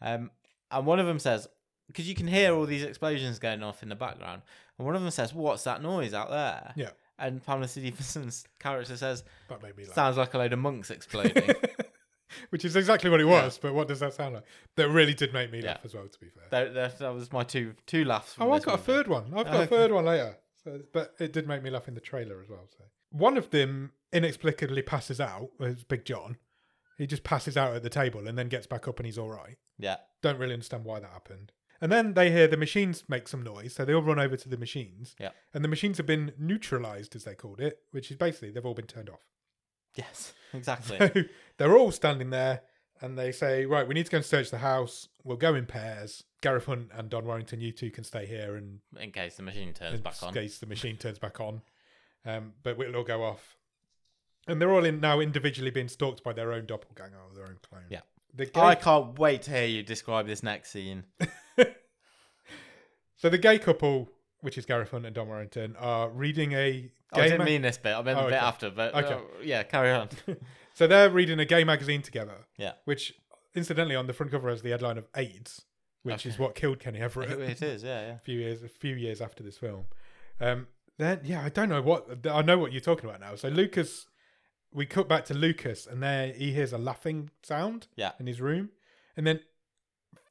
Um, and one of them says, because you can hear all these explosions going off in the background, and one of them says, What's that noise out there? Yeah. And Pamela Stevenson's character says, That made me laugh. Sounds like a load of <laughs> monks exploding. Which is exactly what it was, but what does that sound like? That really did make me laugh Yeah. as well, to be fair. that, that, that was my two two laughs. From oh, I've this got a movie. third one. I've got a Okay. third one later. So, but it did make me laugh in the trailer as well. So One of them inexplicably passes out, it's Big John. He just passes out at the table and then gets back up and he's all right. Yeah. Don't really understand why that happened. And then they hear the machines make some noise, so they all run over to the machines. Yeah. And the machines have been neutralized, as they called it, which is basically they've all been turned off. Yes, exactly. <laughs> So they're all standing there and they say, Right, we need to go and search the house. We'll go in pairs. Gareth Hunt and Don Warrington, you two can stay here and in case the machine turns in back on. case the machine turns back on. um, but it'll all go off. And they're all in now individually being stalked by their own doppelganger or their own clone. Yeah. The gay, I can't wait to hear you describe this next scene. so the gay couple, which is Gareth Hunt and Dom Warrington, are reading a gay I didn't ma- mean this bit. I meant Oh, the bit okay. after. But Okay. uh, yeah, <laughs> carry on. So they're reading a gay magazine together. Yeah. Which, incidentally, on the front cover has the headline of AIDS, which is Okay. what killed Kenny Everett. it is. Yeah, yeah. a few years a few years after this film. Um, then yeah, I don't know what I know what you're talking about now. So Lucas, we cut back to Lucas, and there he hears a laughing sound. Yeah. in his room, and then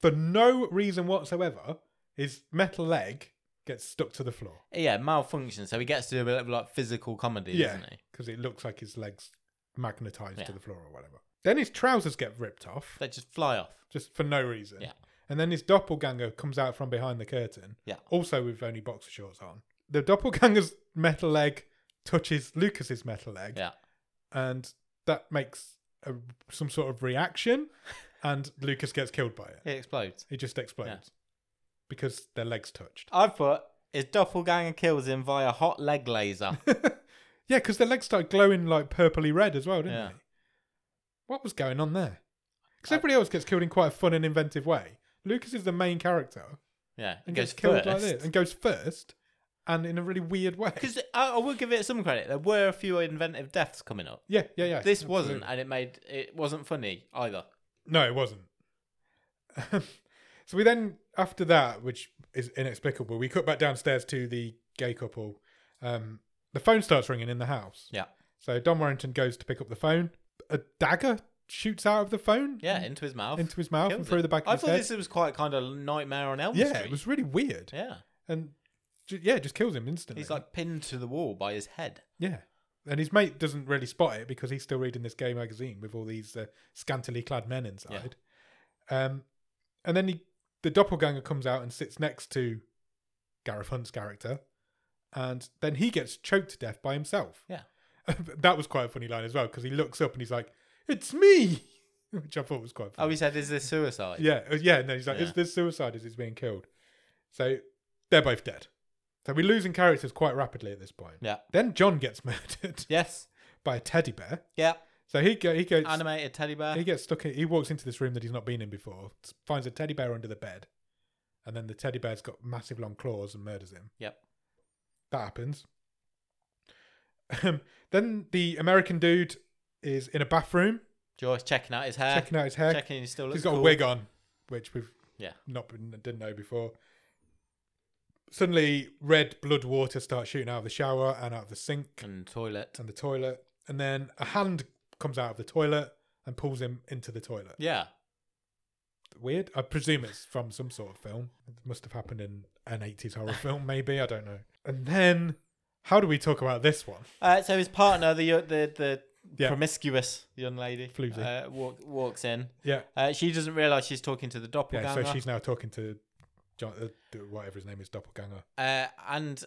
for no reason whatsoever, his metal leg gets stuck to the floor Yeah, malfunction. So he gets to do a bit of like physical comedy, Yeah. doesn't he? because it looks like his legs magnetized to Yeah. the floor or whatever. Then his trousers get ripped off. They just fly off. just for no reason. Yeah. And then his doppelganger comes out from behind the curtain. Yeah. Also with only boxer shorts on. The doppelganger's metal leg touches Lucas's metal leg. Yeah. And that makes a, some sort of <laughs> reaction, and Lucas gets killed by it. It explodes. It just explodes because their legs touched. I've put his doppelganger kills him via hot <laughs> leg laser. Yeah, because their legs started glowing like purpley red as well, didn't Yeah. they? What was going on there? Because everybody else gets killed in quite a fun and inventive way. Lucas is the main character. Yeah, it and gets goes killed first. like this and goes first and in a really weird way. Because I, I will give it some credit. There were a few inventive deaths coming up. Yeah, yeah, yeah. This absolutely. wasn't, and it made it wasn't funny either. No, it wasn't. <laughs> so we then, after that, which is inexplicable, we cut back downstairs to the gay couple. Um, the phone starts ringing in the house. Yeah. So Don Warrington goes to pick up the phone. A dagger shoots out of the phone. Yeah, into his mouth. Mm. Into his mouth and Kills through it. the back I of his thought head. this was quite kind of nightmare on Elm yeah, Street. it was really weird. Yeah, And ju- yeah, it just kills him instantly. he's like pinned to the wall by his head. Yeah. And his mate doesn't really spot it because he's still reading this gay magazine with all these uh, scantily clad men inside. Um, and then he, the doppelganger comes out and sits next to Gareth Hunt's character. And then he gets choked to death by himself. Yeah. <laughs> that was quite a funny line as well because he looks up and he's like, It's me! <laughs> Which I thought was quite funny. Oh, he said, "Is this suicide?" Yeah, uh, yeah. No, he's like, Yeah. is this suicide? Is he's being killed? So they're both dead. So we're losing characters quite rapidly at this point. Yeah. Then John gets <laughs> murdered Yes. by a teddy bear. Yeah. So he go, he goes Animated teddy bear. he gets stuck. In, he walks into this room that he's not been in before. Finds a teddy bear under the bed, and then the teddy bear's got massive long claws and murders him. Yep. That happens. <laughs> Um, then the American dude is in a bathroom Joyce checking out his hair. checking out his hair. Checking he still looks He's got cool. a wig on, which we've Yeah. not been, didn't know before. Suddenly, red blood water starts shooting out of the shower and out of the sink and toilet. and the toilet, and then a hand comes out of the toilet and pulls him into the toilet. Yeah. Weird. I presume it's from some sort of film. It must have happened in an eighties horror <laughs> film, maybe. I don't know. And then, how do we talk about this one? Uh, so his partner, the the the Yeah. promiscuous young lady, Floozy. uh, walk, walks in. Yeah, Uh, she doesn't realize she's talking to the yeah. doppelganger. So she's now talking to John, uh, whatever his name is, doppelganger. uh, and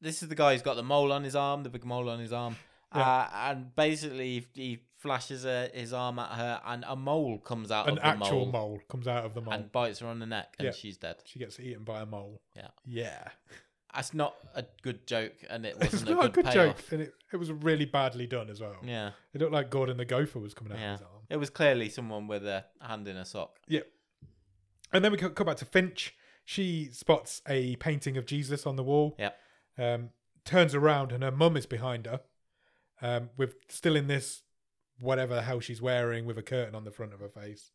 this is the guy who's got the mole on his arm, the big mole on his arm. Uh, and basically, he flashes uh, his arm at her, and a mole comes out An of the actual mole, mole comes out of the mole. and bites her on the neck, and Yeah. she's dead. She gets eaten by a mole. Yeah. Yeah. That's not a good joke, and it wasn't <laughs> It's a not a good, good joke. payoff. And it, it was really badly done as well. Yeah, It looked like Gordon the Gopher was coming out yeah. of his arm. It was clearly someone with a hand in a sock. And then we co- come back to Finch. She spots a painting of Jesus on the wall. Yep. Um, turns around and her mum is behind her, um, with still in this whatever the hell she's wearing with a curtain on the front of her face.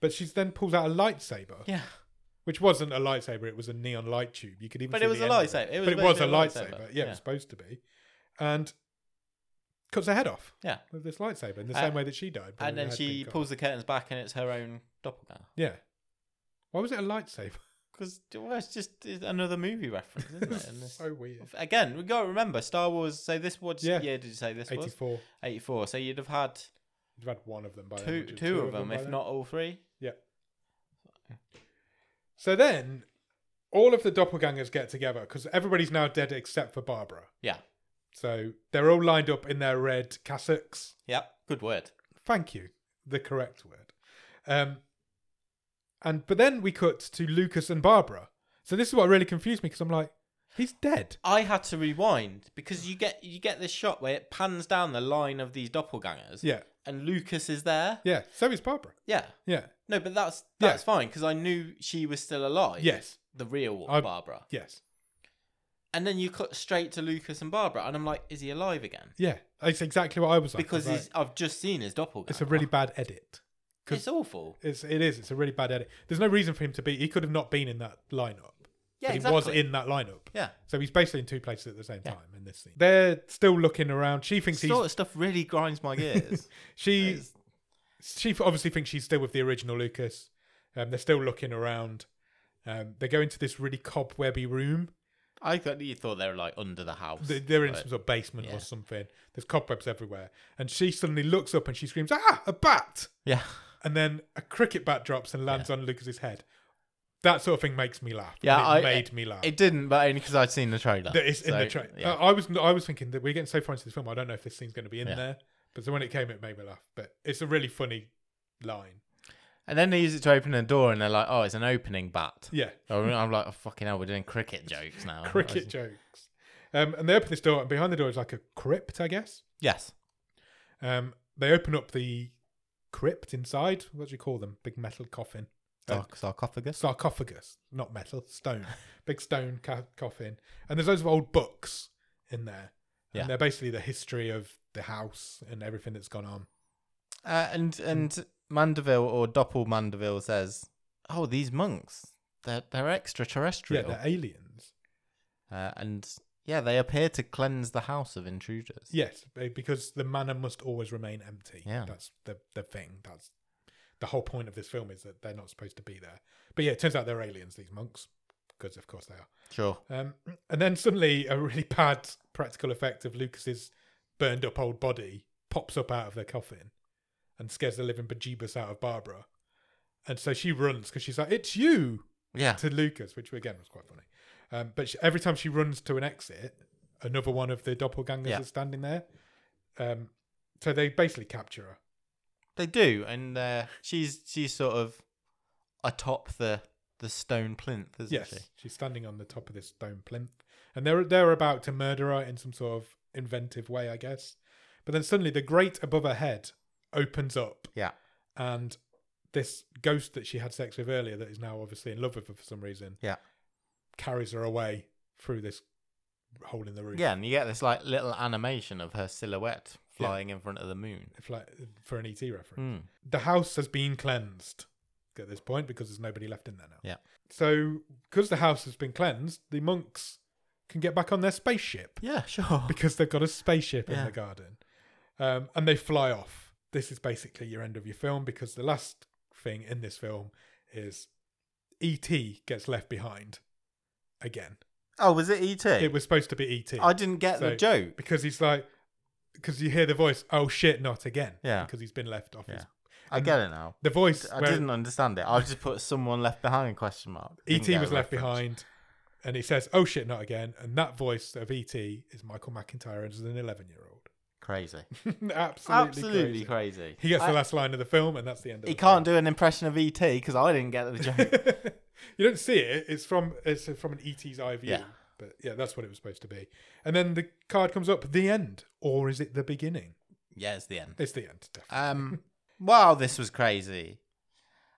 But she's then pulls out a lightsaber, Yeah, which wasn't a lightsaber; it was a neon light tube. You could even. but see it was the a end of lightsaber. It was but it supposed was to a be lightsaber. Yeah, it was supposed to be, and cuts her head off. Yeah. with this lightsaber in the Uh, same way that she died. but her and then head she being cut. pulls the curtains back, and it's her own doppelganger. Yeah. Why was it a lightsaber? <laughs> Because well, it's just it's another movie reference, isn't <laughs> it? And It's this- so weird. again, we got to remember Star Wars. So this what Yeah. year did you say this was? Eighty-four. Eighty four. So you'd have had You've had one of them by then, two wouldn't two, you? of them, by if then? not all three. So then, all of the doppelgangers get together because everybody's now dead except for Barbara. Yeah. So they're all lined up in their red cassocks. Yep. Good word. Thank you. The correct word. Um, and but then we cut to Lucas and Barbara. So this is what really confused me because I'm like, He's dead. I had to rewind because you get you get this shot where it pans down the line of these doppelgangers, Yeah, and Lucas is there. yeah. So is Barbara. Yeah, Yeah, no, but that's Yeah. that's fine because I knew she was still alive. Yes. the real I- Barbara. yes, And then you cut straight to Lucas and Barbara, and I'm like, is he alive again? yeah. That's exactly what I was like. Because I was he's, I've just seen his doppelganger. like, it's a really bad edit. it's awful. It's it is. It's a really bad edit. There's no reason for him to be. He could have not been in that lineup. Yeah, but exactly. he was in that lineup. Yeah, So he's basically in two places at the same Yeah. time in this scene. They're still looking around. She thinks this sort of stuff really grinds my <laughs> gears. he's she It's- she obviously thinks she's still with the original Lucas. Um, they're still looking around. Um, they go into this really cobwebby room. I thought you thought they were like under the house. They- They're in but- some sort of basement Yeah. or something. There's cobwebs everywhere. And she suddenly looks up and she screams, "Ah, a bat!" yeah, And then a cricket bat drops and lands on Lucas's head. That sort of thing makes me laugh. Yeah, and it I- made me laugh. It didn't, but only because I'd seen the trailer. that it's in the So, train. yeah. I I was I was thinking that we're getting so far into this film, I don't know if this scene's going to be in Yeah. there. But so when it came, it made me laugh. But it's a really funny line. And then they use it to open a door, and they're like, "Oh, it's an opening bat." Yeah, Oh, I'm like, oh, "Fucking hell, we're doing cricket jokes now." cricket jokes. Um, and they open this door, and behind the door is like a crypt, I guess. Yes. Um, they open up the crypt inside. What do you call them? Big metal coffin. Sarc- sarcophagus. sarcophagus, not metal, stone, <laughs> big stone ca- coffin, and there's loads of old books in there, Yeah. and they're basically the history of the house and everything that's gone on. Uh, and and Mandeville or Doppel Mandeville says, "Oh, these monks, they're they're extraterrestrial, Yeah, they're aliens. uh, and yeah, they appear to cleanse the house of intruders." Yes, be- because the manor must always remain empty. Yeah. that's the the thing. That's the whole point of this film is that they're not supposed to be there. But yeah, it turns out they're aliens. These monks, because of course they are. Sure. Um, <clears throat> and then suddenly, a really <laughs> bad practical effect of Lucas's burned up old body pops up out of the coffin and scares the living bejeebus out of Barbara. And so she runs because she's like, "It's you!" Yeah. to Lucas, which again was quite funny. Um, but she, every time she runs to an exit, another one of the doppelgangers Yeah. is standing there. Um, so they basically capture her. They do, and uh, she's she's sort of atop the the stone plinth, isn't yes, she? she's standing on the top of this stone plinth, and they're they're about to murder her in some sort of inventive way, I guess. But then suddenly the grate above her head opens up. Yeah. and this ghost that she had sex with earlier, that is now obviously in love with her for some reason, Yeah. carries her away through this hole in the roof. Yeah, and you get this like little animation of her silhouette flying in front of the moon. if like for an ET reference. Mm. the house has been cleansed at this point because there's nobody left in there now. Yeah. So, because the house has been cleansed, the monks can get back on their spaceship <laughs> Yeah, sure. <laughs> because they've got a spaceship in Yeah. the garden, um, and they fly off. This is basically your end of your film because the last thing in this film is ET gets left behind again. <laughs> Oh, was E it E.T.? It was supposed to be ET I didn't get the So- joke. because he's like, because you hear the voice, "Oh shit, not again!" Yeah. because he's been left off. His, Yeah. I get it now. the voice. I where- didn't understand it. I just put someone left behind question mark. ET Didn't get was a left reference. behind, and he says, "Oh shit, not again!" And that voice of ET is Michael McIntyre as an eleven-year-old. <laughs> Crazy. Absolutely, <laughs> crazy. Absolutely crazy. He gets I- the last line of the film, and that's the end. of He the can't do an impression of ET because I didn't get the <laughs> joke. Film. <laughs> you don't see it. It's from it's from an ET's eye view. Yeah. But yeah, that's what it was supposed to be. And then the card comes up, the end, or is it the beginning? yeah, it's the end. It's the end. Definitely. Um, <laughs> wow, this was crazy.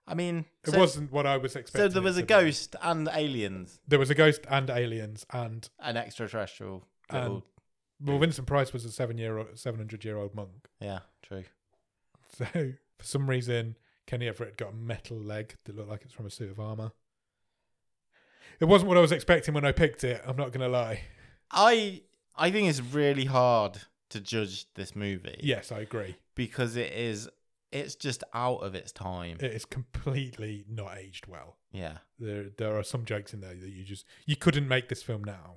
I mean, it Uh, so, wasn't what I was so expecting. there it was a to be. ghost and aliens, There was a ghost and aliens, and an extraterrestrial. Um, Little, well, Vincent Price was a seven-year-old, seven hundred-year-old monk. <laughs> yeah, true. So for some reason, Kenny Everett got a metal leg that looked like it's from a suit of armor. It wasn't what I was expecting when I picked it. I'm not gonna lie. I I think it's really hard to judge this movie. Yes, I agree. because it is it's just out of its time. It is completely not aged well. yeah, There, there are some jokes in there that you just you couldn't make this film now,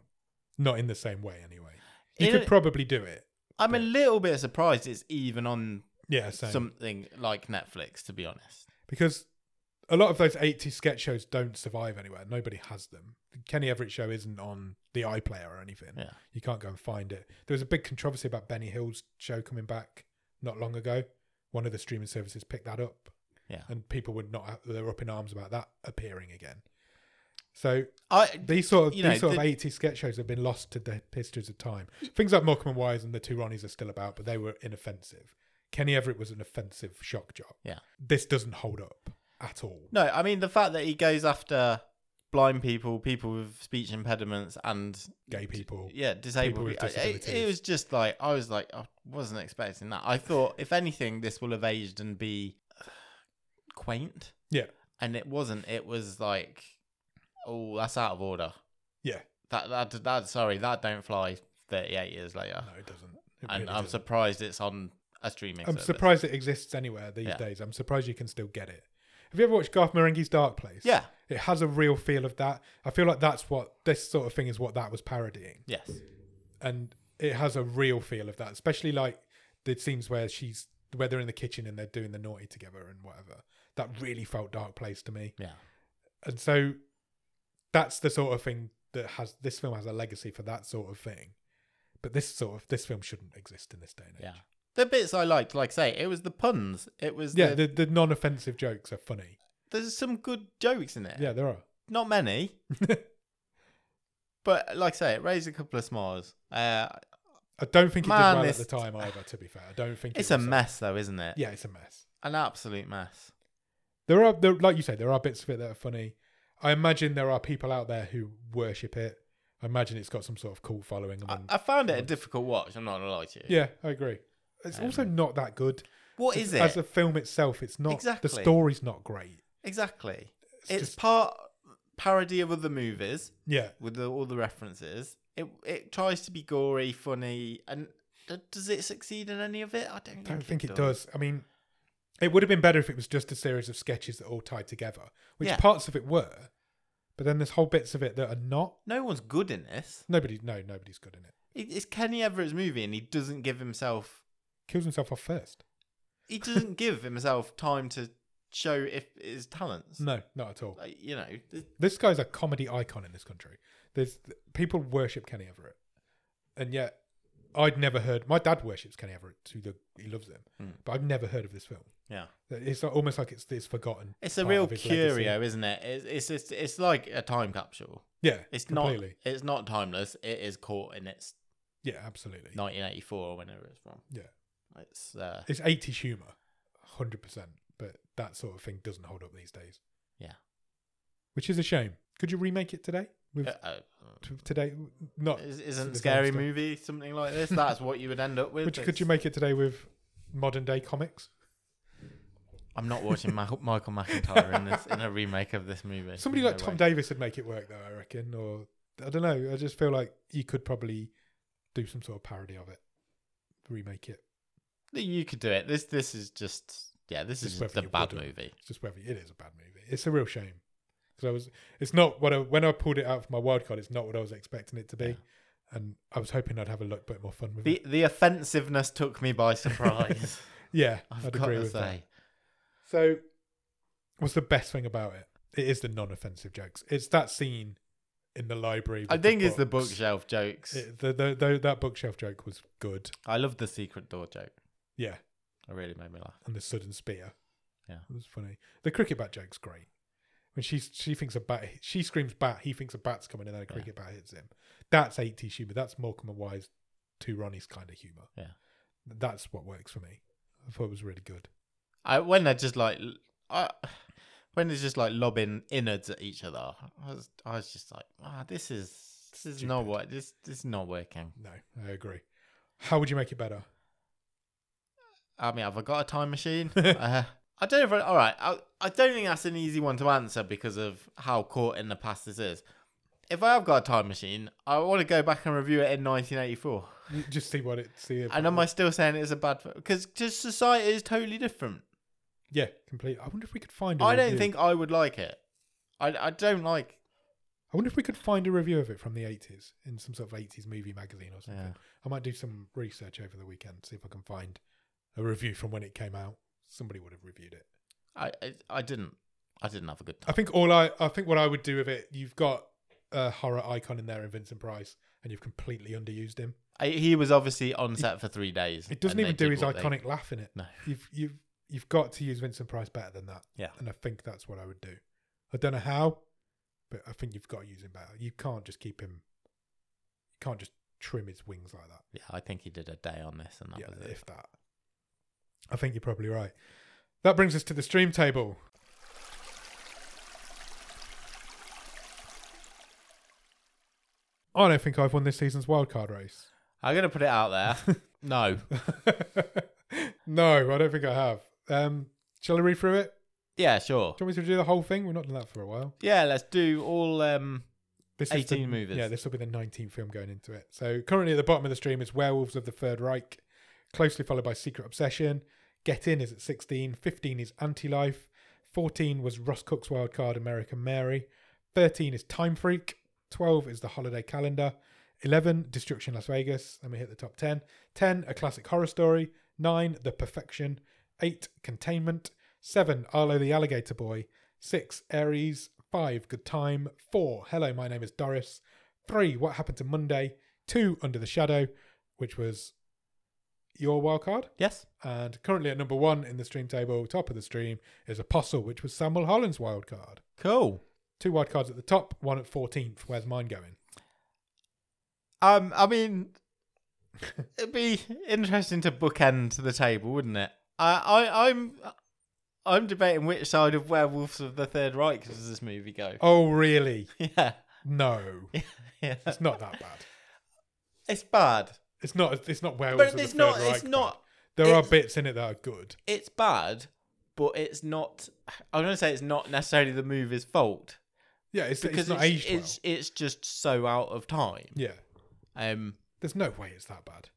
not in the same way anyway. You In could a- probably do it. I'm a little bit surprised it's even on Yeah, same. something like Netflix. To be honest, because a lot of those 80 sketch shows don't survive anywhere. Nobody has them. The Kenny Everett show isn't on the iPlayer or anything. Yeah. You can't go and find it. There was a big controversy about Benny Hill's show coming back not long ago. One of the streaming services picked that up. Yeah. And people would not, they're up in arms about that appearing again. So I these sort of You know, these sort the- of eighty sketch shows have been lost to the histories of time. Things like Malcolm and Wise and the Two Ronnies are still about, but they were inoffensive. Kenny Everett was an offensive shock job. Yeah. this doesn't hold up at all. no, I mean the fact that he goes after blind people, people with speech impediments, and Gay people. yeah, disabled. people with people. I- It, it disabilities. was just like I was like I wasn't expecting that. I thought if anything, this will have aged and be quaint. Yeah. and it wasn't. It was like, oh, that's out of order. Yeah. That that that sorry, that don't fly. Thirty eight years later, No, it doesn't. It and really I'm doesn't. surprised it's on a streaming. I'm service. surprised it exists anywhere these Yeah. days. I'm surprised you can still get it. Have you ever watched Garth Marenghi's Dark Place? Yeah. It has a real feel of that. I feel like that's what this sort of thing is what that was parodying. Yes. And it has a real feel of that, especially like the scenes where she's where they're in the kitchen and they're doing the naughty together and whatever. That really felt Dark Place to me. Yeah. And so that's the sort of thing that has this film has a legacy for that sort of thing. But this sort of this film shouldn't exist in this day and age. Yeah. The bits I liked, like I say, it was the puns. It was Yeah, the, the, the non offensive jokes are funny. there's some good jokes in it. Yeah, there are. <laughs> Not many. but like I say, it raised a couple of smiles. Uh, I don't think it Man, did well this- at the time either, to be fair. I don't think it it's a was mess though, isn't it? Yeah, it's a mess. An absolute mess. There are there, like you say, there are bits of it that are funny. I imagine there are people out there who worship it. I imagine it's got some sort of cult following I, among I found it a difficult watch, I'm not gonna lie to you. Mm. Yeah, I agree. It's also not that good. What is it? As a film itself, it's not Exactly. the story's not great. exactly. It's, just- part parody of other movies Yeah. with the, all the references. It it tries to be gory, funny, and d- does it succeed in any of it? I don't, I don't think it does. I mean it would have been better if it was just a series of sketches that all tied together. Which Yeah. parts of it were. But then there's whole bits of it that are not. No one's good in this. Nobody no, nobody's good in it. It- It's Kenny Everett's movie, and he doesn't give himself Kills himself off first. <laughs> he doesn't give himself time to show if his talents. No, not at all. Like, you know, th- This guy's a comedy icon in this country. There's people worship Kenny Everett, and yet I'd never heard. My dad worships Kenny Everett to the he loves him, Hmm. but I've never heard of this film. yeah. It's almost like it's it's forgotten. It's a part real of his legacy. curio, isn't it? It's, it's it's it's like a time capsule. Yeah, It's completely. not it's not timeless. It is caught in its Yeah, absolutely. 1984 or whenever it's from. Yeah. It's uh It's 80s humor, hundred percent. But that sort of thing doesn't hold up these days. Yeah. which is a shame. Could you remake it today? With uh, uh, t- today, not is, the isn't same scary stuff. movie something like this? That's what you would end <laughs> up with. Which could you It's- make it today with modern day comics? I'm <laughs> not watching Michael, Michael McIntyre in this in a remake of this movie. Somebody like No Tom way. Davis would make it work, though. I reckon, or I don't know. I just feel like you could probably do some sort of parody of it, remake it. You could do it. This this is just yeah. This Just is whether the you bad would or- movie. It's just whether it is a bad movie. It's a real shame because I was. It's not what I when I pulled it out for my wild card. It's not what I was expecting it to be, Yeah. and I was hoping I'd have a look bit more fun with The it. the offensiveness took me by <laughs> surprise. Yeah, i I've would got agree to with that. say. So, what's the best thing about it? It is the non-offensive jokes. It's that scene in the library. I with think it's the books. bookshelf jokes. It, the, the, the, that bookshelf joke was good. I love the secret door joke. Yeah. It really made me laugh. and the sudden spear. Yeah. it was funny. The cricket bat joke's great. When she she thinks a bat, she screams bat. He thinks a bat's coming, and then a cricket bat hits him. That's 80s humor. That's Malcolm and Wise, two Ronnie's kind of humor. Yeah. that's what works for me. I thought it was really good. I when they're just like, l- I, when it's just like lobbing innards at each other. I was I was just like, ah, this is this is not Stupid. what this this is not working. No, I agree. How would you make it better? I mean, have I got a time machine? uh, I don't know if I, all right. I, I don't think that's an easy one to answer because of how caught in the past this is. If I have got a time machine, I want to go back and review it in 1984. You just see what it see. if- And am I still saying it's a bad because just society is totally different. yeah, complete. I wonder if we could find. I I don't think I would like it. I, I don't like. I wonder if we could find a review of it from the 80s in some sort of 80s movie magazine or something. Yeah. I might do some research over the weekend, see if I can find a review from when it came out. Somebody would have reviewed it. I, I I didn't. I didn't have a good I time. think all I, I think what I would do with it, you've got a horror icon in there in Vincent Price, and you've completely underused him. I, he was obviously on set for three days. It doesn't and even they do did his what they- iconic laugh in it. No. You've you've you've got to use Vincent Price better than that. Yeah. And I think that's what I would do. I don't know how. But I think you've got to use him better. You can't just keep him. You can't just trim his wings like that. Yeah, I think he did a day on this, and that was yeah, it. if that. I think you're probably right. That brings us to the stream table. I don't think I've won this season's wildcard race. <laughs> I'm gonna put it out there. <laughs> no. no, I don't think I have. Um, shall I read through it? Yeah, sure. Do you want me to do the whole thing? We've not done that for a while. Yeah, let's do all. Um, This 18 the, movies. Yeah, this will be the 19th film going into it. So currently at the bottom of the stream is Werewolves of the Third Reich, closely followed by Secret Obsession. Get In is at 16. 15 is Anti Life. 14 was Russ Cook's Wildcard American Mary. 13 is Time Freak. 12 is The Holiday Calendar. 11, Destruction Las Vegas. Then we hit the top 10. 10, A Classic Horror Story. 9, The Perfection. 8, Containment. 7, Arlo the Alligator Boy. 6, Aries. 5, Good Time. 4, Hello, My Name is Doris. 3, What Happened to Monday. 2, Under the Shadow, which was your wildcard. yes. And currently at number 1 in the stream table, top of the stream, is Apostle, which was Samuel Holland's wildcard. Cool. Two wildcards at the top, one at 14th. Where's mine going? Um, I mean, <laughs> It'd be interesting to bookend the table, wouldn't it? I, I, I'm, I'm debating which side of Werewolves of the Third Reich does this movie go. <laughs> Oh, really? Yeah, No. yeah. It's not that bad. It's bad. It's not. It's not werewolves. But of it's the Third not. It's Reich, not. but There it's- are bits in it that are good. It's bad. But it's not. I'm gonna say it's not necessarily the movie's fault Yeah, it's, it's because it's not aged it's, it's just so out of time. well. Yeah, Um, there's no way it's that bad.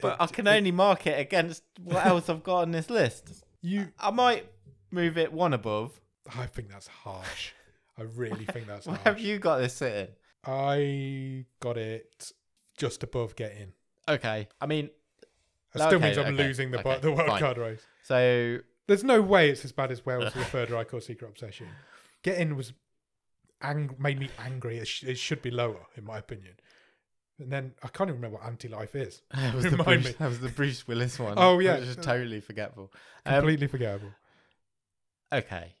but I can only mark it against what else I've got on this list. You, I might move it one above. I think that's harsh. I <laughs> really think that's Where have harsh. you got this sitting? I got it just above getting. Okay. I mean, That still Okay, means I'm okay, losing the okay, the world fine. card race. so There's no way it's as bad <laughs> as Werewolves of the Third Reich or Secret Obsession. Getting was ang- made me angry. It, sh- it should be lower, in my opinion. And then I can't even remember what anti-life is. that was, the Remind Bruce, me. that was the Bruce Willis one. Oh, which yeah. is totally forgetful. Um, Completely forgettable. okay,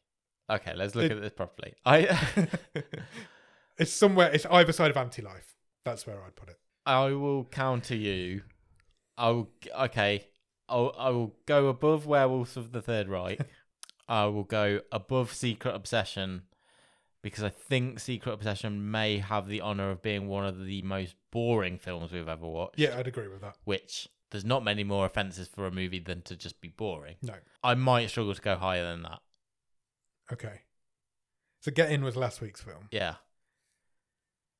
okay. Let's look It- at this properly. I <laughs> It's somewhere. It's either side of anti-life. That's where I'd put it. I will counter you. I will. Okay. I'll, I will go above Werewolves of the Third Reich. I will go above Secret Obsession because I think Secret Obsession may have the honor of being one of the most boring films we've ever watched. Yeah, I'd agree with that. Which there's not many more offenses for a movie than to just be boring. No. I might struggle to go higher than that. Okay. So Get In was last week's film. Yeah.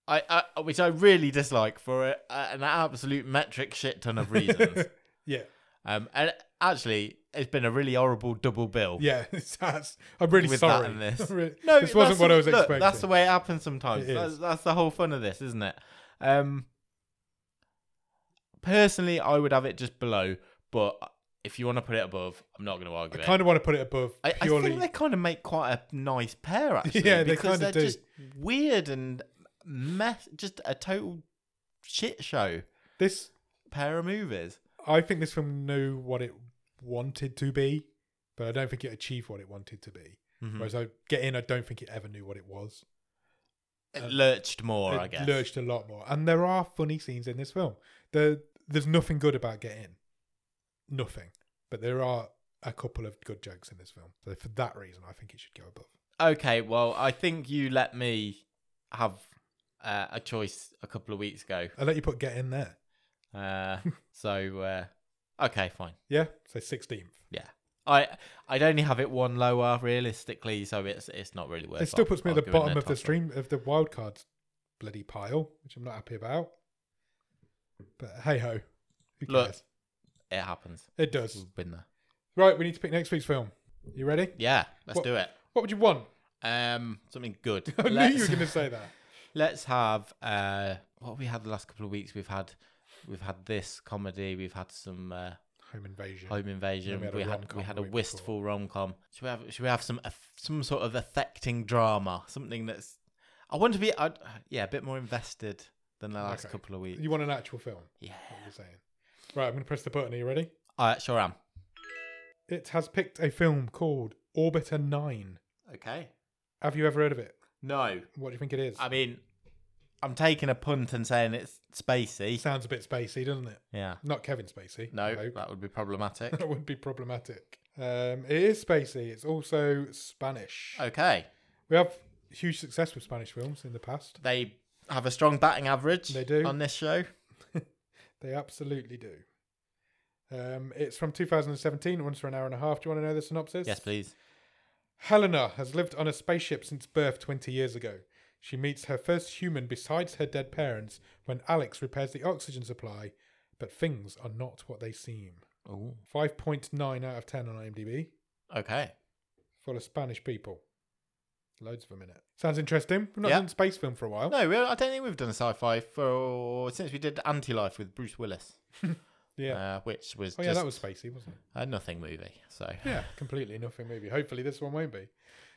I, I which I really dislike for a, a- an absolute metric shit ton <laughs> of reasons. yeah. um, and actually, it's been a really horrible double bill. Yeah. <laughs> It's, that's, I'm really With that sorry. and this. I'm <laughs> really- No, this wasn't that's- what I was look, expecting. That's the way it happens sometimes. It is. that's, that's the whole fun of this, isn't it? Um, personally, I would have it just below, but if you want to put it above, I'm not going to I argue it. kind of want to put it above I, I purely. think they kind of make quite a nice <laughs> pair, actually. Yeah, they because kinda they're do. just weird and mess, just a total shit show this. pair of movies. I think this film knew what it wanted to be, but I don't think it achieved what it wanted to be. Mhm. Whereas I Get In, I don't think it ever knew what it was. It lurched more, Uh, it I guess. lurched a lot more. And there are funny scenes in this film. There, there's nothing good about getting, nothing. But there are a couple of good jokes in this film. So for that reason, I think it should go above. Okay, well, I think you let me have uh, a choice a couple of weeks ago. I let you put get in there. <laughs> Uh, so, uh, okay, fine. Yeah, so sixteenth. I I'd only have it one lower realistically, so it's it's not really worth. It still puts me at the arguing bottom their of the toss-up. stream of the wildcards bloody pile, which I'm not happy about. But hey ho, who Look. cares? It happens. It does. We've been there. Right, we need to pick next week's film. You ready? Yeah, let's What- do it. What would you want? <laughs> Um, something good. I knew Let's- you were going to say that. <laughs> Let's have uh, what we had the last couple of weeks. We've had we've had this comedy. We've had some uh, Home invasion. home invasion. we had a We had rom-com we had a the week wistful rom com. Should we have should we have some eff- some sort of affecting drama? Something that's I want to be I, yeah a bit more invested than the last Okay. couple of weeks. You want an actual film? Yeah, what you're saying. Right, I'm going to press the button. Are you ready? I sure am. It has picked a film called Orbiter 9. Okay. Have you ever heard of it? No. What do you think it is? I mean, I'm taking a punt and saying it's Spacey. Sounds a bit spacey, doesn't it? Yeah. Not Kevin Spacey. No, Bloke. that would be <laughs> problematic. <laughs> that would be problematic. Um, it is spacey. It's also Spanish. okay. We have huge success with Spanish films in the past. They have a strong batting average. They do. On this show. They absolutely do. Um, it's from 2017. It runs for an hour and a half. Do you want to know the synopsis? Yes, please. Helena has lived on a spaceship since birth 20 years ago. She meets her first human besides her dead parents when Alex repairs the oxygen supply, but things are not what they seem. Ooh. 5.9 out of 10 on IMDb. Okay. Full of Spanish people. Loads of them in it. Sounds interesting. We've not Yeah. done space film for a while. No, we, I don't think we've done sci-fi for since we did Anti-Life with Bruce Willis, <laughs> Yeah. uh, which was oh, yeah, just that was spacey, wasn't it? a nothing movie. So Yeah, <laughs> completely nothing movie. Hopefully this one won't be.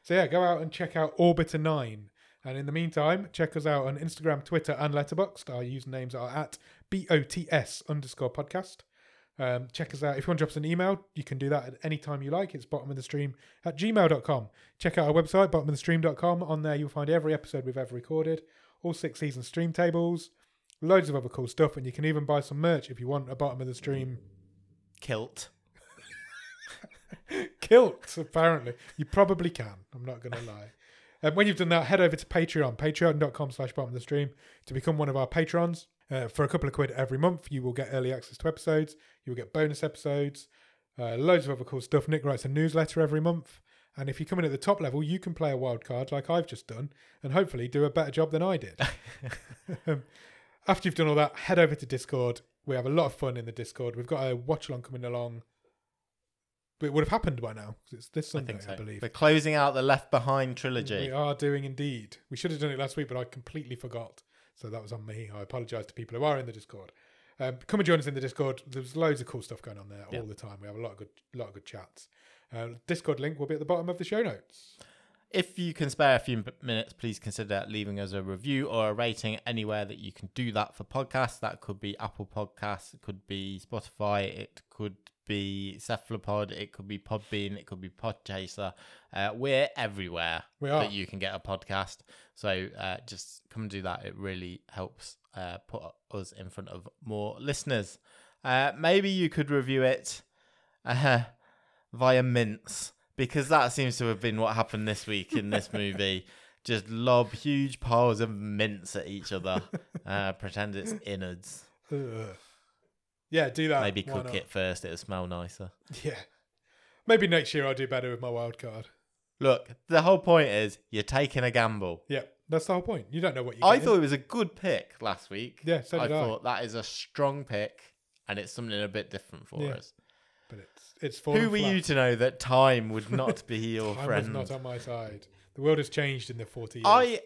So yeah, go out and check out Orbiter Nine. And in the meantime, check us out on Instagram, Twitter, and Letterboxd. Our usernames are at BOTS underscore podcast. Um, check us out. If you want to drop us an email, you can do that at any time you like. It's bottom of the stream at gmail.com. Check out our website, bottom of the stream.com. On there, you'll find every episode we've ever recorded, all six season stream tables, loads of other cool stuff. And you can even buy some merch if you want a bottom of the stream kilt. kilt apparently you probably can i'm not gonna lie and when you've done that head over to patreon patreon.com slash bottom of the stream to become one of our patrons uh, for a couple of quid every month you will get early access to episodes you will get bonus episodes uh, loads of other cool stuff nick writes a newsletter every month and if you come in at the top level you can play a wild card like i've just done and hopefully do a better job than i <laughs> did Um, after you've done all that head over to discord we have a lot of fun in the discord we've got a watch along coming along it would have happened by now 'cause it's this I Sunday, I, think so. believe. We're closing out the Left Behind We trilogy. are doing indeed. We should have done it last week, but I completely forgot. So that was on me. I apologise to people who are in the Discord. Um, come and join us in the Discord. There's loads of cool stuff going on there Yeah. all the time. We have a lot of good, lot of good chats. Uh, Discord link will be at the bottom of the show notes. If you can spare a few m- minutes, please consider leaving us a review or a rating anywhere that you can do that for podcasts. That could be Apple Podcasts, it could be Spotify, it could be Cephalopod, it could be Podbean, it could be Podchaser. Uh, we're everywhere We are. that you can get a podcast. So uh, just come and do that. It really helps uh, put us in front of more listeners. Uh, maybe you could review it. Uh, via mints because that seems to have been what happened this week <laughs> in this movie. Just lob huge piles of mints at <laughs> each other, uh, pretend it's innards. Ugh. Yeah, do that. Maybe Ah, Why cook not? it first; it'll smell nicer. <laughs> Yeah, maybe next year I'll do better with my wild card. Look, the whole point is you're taking a gamble. Yeah, that's the whole point. You don't know what you. I thought it was a good pick last week. Yeah, so I did I. thought that is a strong pick, and it's something a bit different for Yeah. us. but it's it's fallen Who were flat. you to know that time would not be your <laughs> Time friend? was not on my side. The world has changed in the forty years. I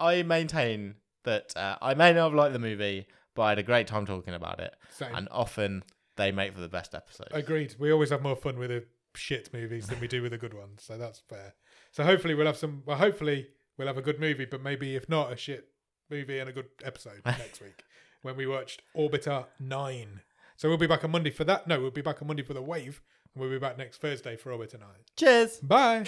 I maintain that uh, I may not have liked the movie, but I had a great time talking about it. Same. And often they make for the best episodes. Agreed. We always have more fun with the shit movies than we do with the good ones, so that's fair. So hopefully we'll have some. Well, hopefully we'll have a good movie, but maybe if not, a shit movie and a good episode next week when we watched Orbiter Nine. So we'll be back on Monday for that. No, we'll be back on Monday for the Wave, and we'll be back next Thursday for Orbiter Nine. Cheers. Bye.